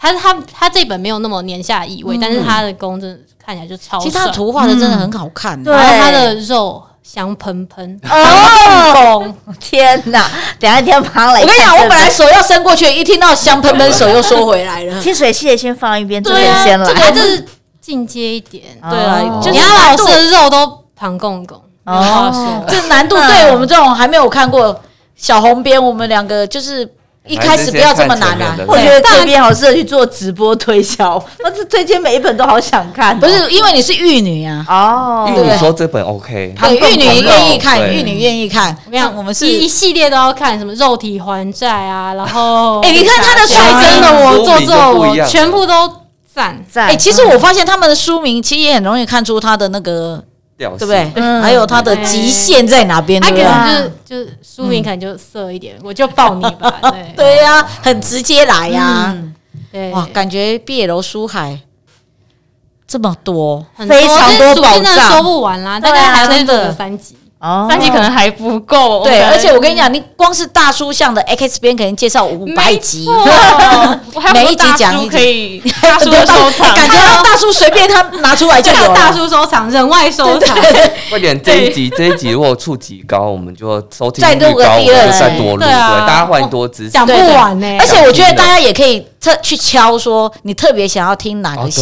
Speaker 4: 它它它这本没有那么年下意味，但是它的功真的看起来就超
Speaker 2: 嗯其
Speaker 4: 帅，
Speaker 2: 实他图画的真的很好看。啊
Speaker 3: 对
Speaker 4: 然后它的肉香喷喷，
Speaker 3: 哦， *laughs* 天哪！等一下一定要爬来。
Speaker 2: 我跟你讲，我本来手要伸过去，一听到香喷喷，手又缩回来 *laughs* 了。
Speaker 3: 清水系也先放一边，这
Speaker 4: 对
Speaker 3: 边
Speaker 4: 啊，
Speaker 3: 先
Speaker 4: 这
Speaker 3: 来
Speaker 4: 个。就是进阶一点。
Speaker 3: 哦
Speaker 2: 对哎啊，就
Speaker 4: 你
Speaker 2: 是哦难
Speaker 4: 看老
Speaker 2: 度
Speaker 4: 师，的肉都盘公公，没话说。
Speaker 2: 这难度嗯对我们这种还没有看过小红边，我们两个就是一开始不要这么难啊。
Speaker 3: 我觉得哎这边好适合去做直播推销，那这推荐每一本都好想看哦。
Speaker 2: *laughs* 不是因为你是玉女啊，
Speaker 3: 哦
Speaker 1: 玉，女说这本 OK，
Speaker 2: 对，玉女愿意看，
Speaker 1: 对
Speaker 2: 玉女愿意看。
Speaker 4: 我跟你讲，
Speaker 2: 我们是
Speaker 4: 一一系列都要看，什么肉体还债啊，然后 *laughs*
Speaker 2: 哎你看他的
Speaker 4: 甩真的我，
Speaker 1: 书
Speaker 4: 做做
Speaker 1: 名就不一
Speaker 4: 我，
Speaker 1: 样
Speaker 4: 全部都赞。
Speaker 3: 在。
Speaker 2: 哎、其实我发现他们的书名其实也很容易看出他的那个，
Speaker 1: 对
Speaker 2: 对不对？
Speaker 3: 嗯
Speaker 2: 还有他的极限在哪边，
Speaker 4: 他
Speaker 2: 对
Speaker 4: 可
Speaker 2: 不对？
Speaker 4: 能就是就是书名可能就色一点，我就抱你吧。对
Speaker 2: 对呀、很直接来呀、
Speaker 4: 嗯对，
Speaker 2: 哇，感觉毕业楼书海这么多，
Speaker 4: 很多
Speaker 3: 非常多
Speaker 4: 这书真
Speaker 3: 宝
Speaker 4: 的
Speaker 3: 藏
Speaker 4: 说不完啦，
Speaker 3: 对啊
Speaker 4: 大概还会
Speaker 2: 真的
Speaker 4: 做三集。
Speaker 3: 哦
Speaker 5: 三级可能还不够。
Speaker 2: 对，
Speaker 5: 我们
Speaker 2: 而且我
Speaker 5: *laughs*
Speaker 2: 跟你讲，你光是大叔向的 X 边可能介绍五百集，
Speaker 5: 没错哦我还有
Speaker 2: 每一
Speaker 5: 很多
Speaker 2: 集
Speaker 5: 大
Speaker 2: 讲一
Speaker 5: 叔
Speaker 2: 集
Speaker 5: 可以
Speaker 2: 很
Speaker 5: 大叔
Speaker 2: 多大
Speaker 5: 的收藏，
Speaker 2: 感觉到大叔随便他拿出来就
Speaker 4: 这
Speaker 2: 有
Speaker 4: 个
Speaker 2: 了。
Speaker 4: 大叔收藏，人外收藏，
Speaker 1: 快点这一集这一集如果触及高，我们就收听
Speaker 2: 再
Speaker 1: 率
Speaker 2: 录个
Speaker 1: 高，我
Speaker 2: 第
Speaker 1: 们就
Speaker 2: 二集
Speaker 1: 再多录，
Speaker 4: 对啊
Speaker 1: 大家欢迎多支持。
Speaker 4: 讲不
Speaker 2: 对对
Speaker 4: 完欸呢。
Speaker 2: 而且我觉得大家也可以特去敲说，你特别想要听哪
Speaker 1: 哦
Speaker 2: 个系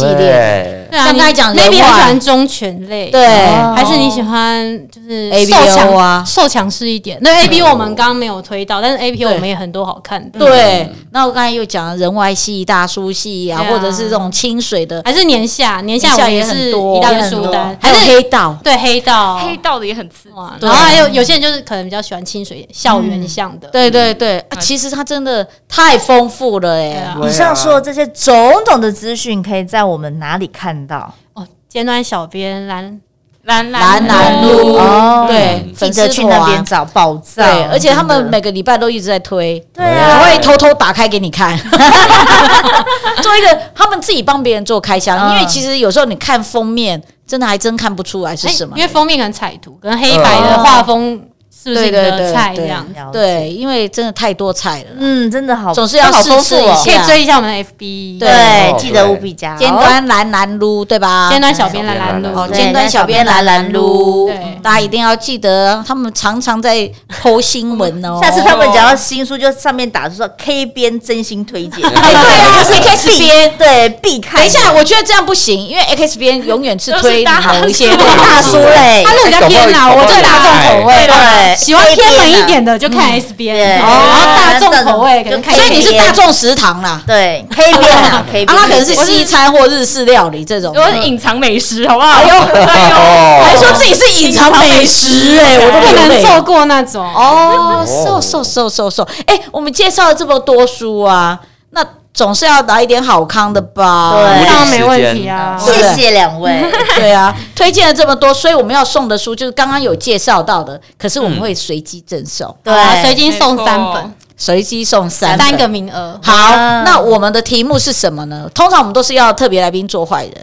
Speaker 1: 对
Speaker 2: 列？
Speaker 4: 对啊，
Speaker 2: 像刚才讲
Speaker 4: 那边
Speaker 2: 人
Speaker 4: 很
Speaker 2: 外
Speaker 4: 喜欢忠犬类，
Speaker 2: 对，
Speaker 3: 哦
Speaker 4: 还是你喜欢就是瘦
Speaker 2: ABO
Speaker 4: 强
Speaker 2: 啊
Speaker 4: 瘦强势一点？那 A B 我们刚刚没有推到，但是 A P 我们也很多好看的，
Speaker 2: 嗯对，那我刚才又讲了人外戏、大叔戏啊，
Speaker 4: 对啊
Speaker 2: 或者是这种清水 *laughs* 的，
Speaker 4: 还是年下年下我
Speaker 2: 下
Speaker 4: 们也
Speaker 2: 很
Speaker 4: 是
Speaker 2: 多，
Speaker 4: 一大
Speaker 2: 也
Speaker 4: 堆
Speaker 2: 很
Speaker 4: 书
Speaker 2: 多
Speaker 4: 单，
Speaker 2: 还有
Speaker 4: 是
Speaker 2: 黑道，
Speaker 4: 对黑道
Speaker 5: 黑道的也很刺激。
Speaker 4: 哇，
Speaker 2: 对
Speaker 4: 然后还有有些人就是可能比较喜欢清水校园向的，
Speaker 2: 对对对，啊其实它真的太丰富了
Speaker 4: 嗯对
Speaker 2: 哎
Speaker 1: 哦
Speaker 4: 啊，
Speaker 3: 以上说的这些种种的资讯，可以在我们哪里看到？
Speaker 4: 哦，尖端小编蓝
Speaker 5: 蓝
Speaker 2: 蓝
Speaker 5: 蓝
Speaker 2: 蓝
Speaker 5: 路
Speaker 2: 路
Speaker 3: 哦
Speaker 2: 对，
Speaker 3: 记
Speaker 2: 粉
Speaker 3: 得
Speaker 2: 丝
Speaker 3: 去那边
Speaker 2: 团。
Speaker 3: 找宝藏。
Speaker 2: 对，而且他们
Speaker 3: 真的
Speaker 2: 每个礼拜都一直在推，
Speaker 3: 对
Speaker 2: 我
Speaker 1: 嗯
Speaker 3: 啊，
Speaker 2: 会偷偷打开给你看， *laughs* 做一个他们自己帮别人做开箱，
Speaker 3: 嗯
Speaker 2: 因为其实有时候你看封面，真的还真看不出来是什么
Speaker 4: 哎因。为封面跟彩图跟黑白的画风是不是
Speaker 2: 对
Speaker 4: 你
Speaker 2: 对
Speaker 4: 的
Speaker 2: 对
Speaker 4: 菜这
Speaker 2: 对
Speaker 4: 样？
Speaker 3: 了解，
Speaker 2: 对，因为真的太多菜了啦，
Speaker 3: 嗯，真的好，
Speaker 2: 总是要
Speaker 3: 好
Speaker 2: 试
Speaker 3: 丰
Speaker 2: 吃
Speaker 3: 富
Speaker 2: 一
Speaker 3: 哦
Speaker 2: 下。
Speaker 4: 可以追一下我们的 F B，
Speaker 2: 对
Speaker 3: 对，
Speaker 1: 哦
Speaker 3: 记得
Speaker 1: 对
Speaker 3: 务必加
Speaker 2: 尖端蓝蓝撸，对吧？
Speaker 4: 尖端小编蓝蓝
Speaker 1: 对
Speaker 2: 哦，
Speaker 4: 路，
Speaker 3: 对
Speaker 2: 尖端小编蓝蓝撸
Speaker 4: 对，
Speaker 2: 大家一定要记得，他们常常在剖新闻哦
Speaker 3: 哦。 *laughs* 下次他们只要新书，就上面打出说 K 边真心推
Speaker 4: *laughs*
Speaker 3: 荐，
Speaker 2: 哎对
Speaker 3: *laughs*
Speaker 2: 啊，是 X
Speaker 3: 必
Speaker 2: 边。
Speaker 3: 对必看。
Speaker 2: 等一下，我觉得这样不行，因为 X 边永远是推某一些
Speaker 5: 都是
Speaker 3: 对大叔嘞，
Speaker 4: 他路比较偏
Speaker 2: 啊
Speaker 1: 哎
Speaker 4: 啦，
Speaker 1: 搞不好哎
Speaker 4: 我这大众口味啦，
Speaker 2: 哎
Speaker 3: 对啊
Speaker 4: 喜欢偏门一点的就看 S B N，然哦后大众口味可能看
Speaker 2: 嗯所以你是
Speaker 3: KBN
Speaker 2: 大众食堂啦，
Speaker 3: 对 K 边
Speaker 2: *laughs*
Speaker 3: 啊
Speaker 2: 啊，
Speaker 3: ，K 边，
Speaker 2: 它可能是西餐或日式料理这种。
Speaker 5: 我是隐藏美食，好不哎好？
Speaker 2: 还
Speaker 1: 哦，
Speaker 2: 哎说自己是隐藏美食，哎，我都
Speaker 4: 不
Speaker 2: 流
Speaker 4: 能
Speaker 2: 泪
Speaker 4: 错过那种。
Speaker 2: 哦，瘦
Speaker 1: 哦
Speaker 2: 瘦瘦瘦瘦，哎、我们介绍了这么多书啊，那总是要来一点好康的吧？
Speaker 3: 对
Speaker 4: 当然没问题啊，
Speaker 2: 对不
Speaker 3: 谢
Speaker 2: 对
Speaker 3: 谢两
Speaker 2: *laughs*
Speaker 3: 位，
Speaker 2: 对啊，推荐了这么多，所以我们要送的书就是刚刚有介绍到的，可是我们会随机赠送，
Speaker 4: 好啊
Speaker 3: 对，
Speaker 4: 随机送三本，
Speaker 2: 随机送三
Speaker 4: 三
Speaker 2: 本
Speaker 4: 个名额，
Speaker 2: 好，
Speaker 3: 啊
Speaker 2: 那我们的题目是什么呢？通常我们都是要特别来宾做坏人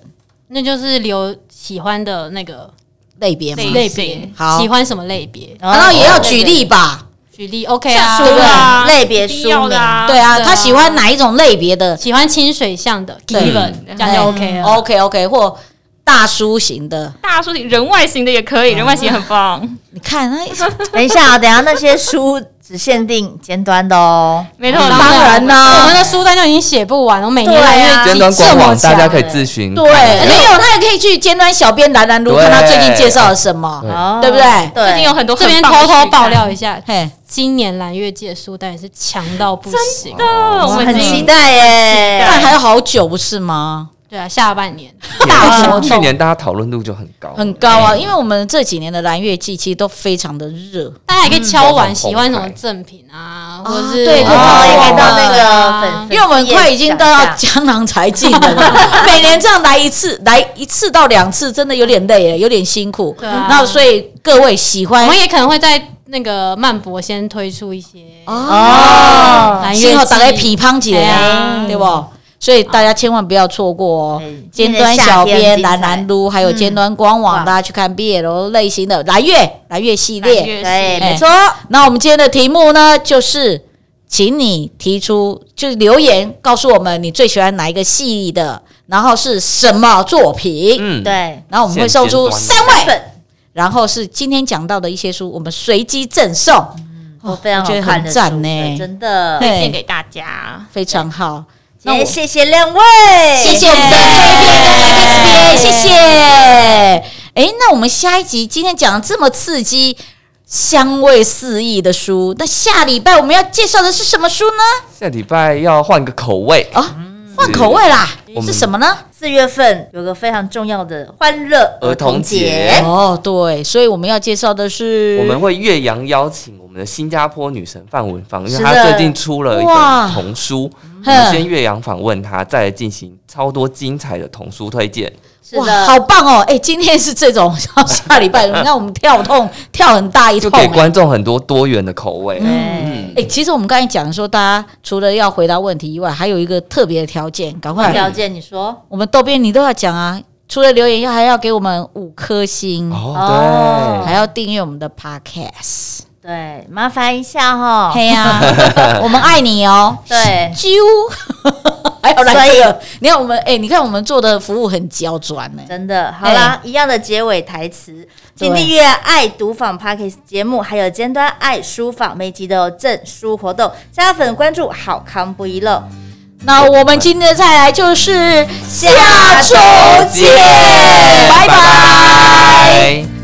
Speaker 4: 那就是留喜欢的那个
Speaker 2: 类别嘛，
Speaker 4: 类别
Speaker 5: 型，
Speaker 2: 好
Speaker 4: 喜欢什么类别？
Speaker 2: 然后也要举例吧，
Speaker 4: 举例，OK 啊，
Speaker 2: 对不对
Speaker 5: 啊
Speaker 3: 类别
Speaker 5: 必
Speaker 3: 书
Speaker 5: 要的
Speaker 3: 名
Speaker 5: 啊，
Speaker 2: 对啊，
Speaker 4: 对啊
Speaker 2: 他喜欢哪一种类别的
Speaker 4: 喜欢清水向的
Speaker 2: 对
Speaker 4: Given，这
Speaker 2: 嗯
Speaker 4: 嗯样就 OK 了。
Speaker 2: ？OK OK，或大叔型的，
Speaker 5: 大叔型人外型的也可以，人外型也很棒，
Speaker 2: 你看那
Speaker 4: *laughs*
Speaker 3: 等一下啊，等一下那些书只限定尖端的哦。
Speaker 5: 没错，
Speaker 2: 当然
Speaker 4: 我
Speaker 2: 啦
Speaker 4: 们，的书单就已经写不完，我每年来
Speaker 3: 对啊
Speaker 4: 月
Speaker 1: 尖
Speaker 4: 季
Speaker 1: 端
Speaker 4: 这
Speaker 1: 官
Speaker 4: 么
Speaker 1: 网
Speaker 4: 强
Speaker 1: 大家可以
Speaker 4: 欸
Speaker 1: 自询，
Speaker 2: 对，哎没有他也可以去尖端小编蓝蓝如
Speaker 1: 对
Speaker 2: 看他最近介绍了什么
Speaker 1: 对，
Speaker 3: 哦
Speaker 2: 对不对
Speaker 5: 最近有
Speaker 3: 对，
Speaker 5: 很多啊
Speaker 4: 这边
Speaker 5: 很棒的
Speaker 4: 偷偷
Speaker 5: 剧
Speaker 4: 爆
Speaker 5: 看
Speaker 4: 料一下，
Speaker 2: 嘿，
Speaker 4: 今年蓝月季的书单也是强到不行
Speaker 5: 真。哦的，我
Speaker 3: 我
Speaker 5: 们
Speaker 3: 很
Speaker 5: 已
Speaker 3: 期
Speaker 5: 经
Speaker 3: 待耶。
Speaker 2: 但还有好久不是吗？
Speaker 4: 对啊，下半年
Speaker 2: 大活动
Speaker 1: 去年大家讨论度就很高，
Speaker 2: 很高啊，因为我们这几年的蓝月季其实都非常的热，
Speaker 4: 大家也可以敲
Speaker 1: 嗯
Speaker 4: 完喜欢什么赠品啊，或者是
Speaker 2: 对对
Speaker 3: 哦，
Speaker 2: 对
Speaker 3: 应
Speaker 2: 对
Speaker 3: 该到那个粉，
Speaker 4: 啊
Speaker 3: 粉
Speaker 2: 哦因为我们快已经到
Speaker 3: 讲一下
Speaker 2: 江郎才尽了
Speaker 4: *laughs*
Speaker 2: 啦，每年这样来一次，来一次到两次，真的有点累了，有点辛苦。
Speaker 4: 对啊
Speaker 2: 那所以各位喜
Speaker 4: 我
Speaker 2: 欢
Speaker 4: 们也可能会在那个漫博先推出一些
Speaker 3: 哦，
Speaker 4: 蓝月
Speaker 2: 幸好
Speaker 4: 季
Speaker 2: 大概批判起来
Speaker 4: 哎
Speaker 2: 啊，对不？所以大家千万不要错过哦
Speaker 3: 哎！今
Speaker 2: 尖
Speaker 3: 年
Speaker 2: 端
Speaker 3: 夏
Speaker 2: 小
Speaker 3: 天
Speaker 2: 编
Speaker 3: 精
Speaker 2: 蓝
Speaker 3: 彩
Speaker 2: 蓝撸，还有尖端官网，
Speaker 3: 哇
Speaker 2: 大家去看 BL 类型的蓝月蓝月系列。
Speaker 5: 蓝月
Speaker 3: 对，
Speaker 2: 哎
Speaker 3: 没错。
Speaker 2: 那我们今天的题目呢，就是请你提出，就是留言告诉我们你最喜欢哪一个系的，然后是什么作品，
Speaker 1: 嗯，
Speaker 3: 对，
Speaker 2: 然后我们会送出
Speaker 1: 现
Speaker 2: 三
Speaker 3: 三
Speaker 2: 位，
Speaker 3: 本
Speaker 2: 然后是今天讲到的一些书，我们随机赠送，
Speaker 3: 嗯
Speaker 2: 哦
Speaker 3: 我非常
Speaker 2: 我觉得
Speaker 3: 好看的
Speaker 2: 很赞
Speaker 3: 书
Speaker 2: 呢
Speaker 3: 真的。
Speaker 2: 对
Speaker 5: 推荐给大家。
Speaker 2: 非常好。
Speaker 3: 今
Speaker 2: 那我
Speaker 3: 天谢谢两位，
Speaker 2: 谢谢我们的 K 编跟 X 编，谢谢。哎，那我们下一集今天讲的这么刺激、香味四溢的书，那下礼拜我们要介绍的是什么书呢？
Speaker 1: 下礼拜要换个口味，嗯
Speaker 2: 哦，换口味啦
Speaker 1: 我，们
Speaker 2: 是什么呢？
Speaker 3: 四月份有个非常重要的欢乐
Speaker 1: 儿童节哎
Speaker 2: 哦，对，所以我们要介绍的是
Speaker 1: 我们会岳阳邀请我们的新加坡女神范文芳，因为
Speaker 3: 是
Speaker 1: 她
Speaker 3: 的
Speaker 1: 最近出了一
Speaker 2: 哇嗯
Speaker 1: 本童书，我们先岳阳访问她，再来进行超多精彩的童书推荐。
Speaker 3: 是
Speaker 2: 哇，
Speaker 3: 的，
Speaker 2: 好棒哦！哎，今天是这种， *laughs* 然后下礼拜你看我们跳痛跳很大一
Speaker 1: 就
Speaker 2: 通、
Speaker 1: 给
Speaker 2: 哎
Speaker 1: 观众很多多元的口味。
Speaker 3: 嗯，
Speaker 2: 哎，其实我们刚才讲说，大家除了要回答问题以外，还有一个特别的条件，赶
Speaker 1: 嗯
Speaker 2: 快，
Speaker 3: 条件你说
Speaker 2: 我们豆编你都要讲啊。除了留言，要还要给我们五颗星，
Speaker 1: 哦，
Speaker 2: 还要订阅我们的 podcast。
Speaker 3: 对，麻烦一下哈。
Speaker 2: 嘿
Speaker 3: *laughs*
Speaker 2: 呀，我们爱你哦，
Speaker 3: 对， *laughs*
Speaker 2: 啾！还有来
Speaker 3: 所以
Speaker 2: 这个，你看我们，哎，你看我们做的服务很刁钻呢。
Speaker 3: 真的好啦，一样的结尾台词，请
Speaker 2: 对
Speaker 3: 订阅爱读坊 Podcast 节目，还有尖端爱书坊每集都有赠书活动，加粉关注，好康不遗漏。
Speaker 2: 那我们今天的再来就是下周见，拜拜。
Speaker 1: 拜。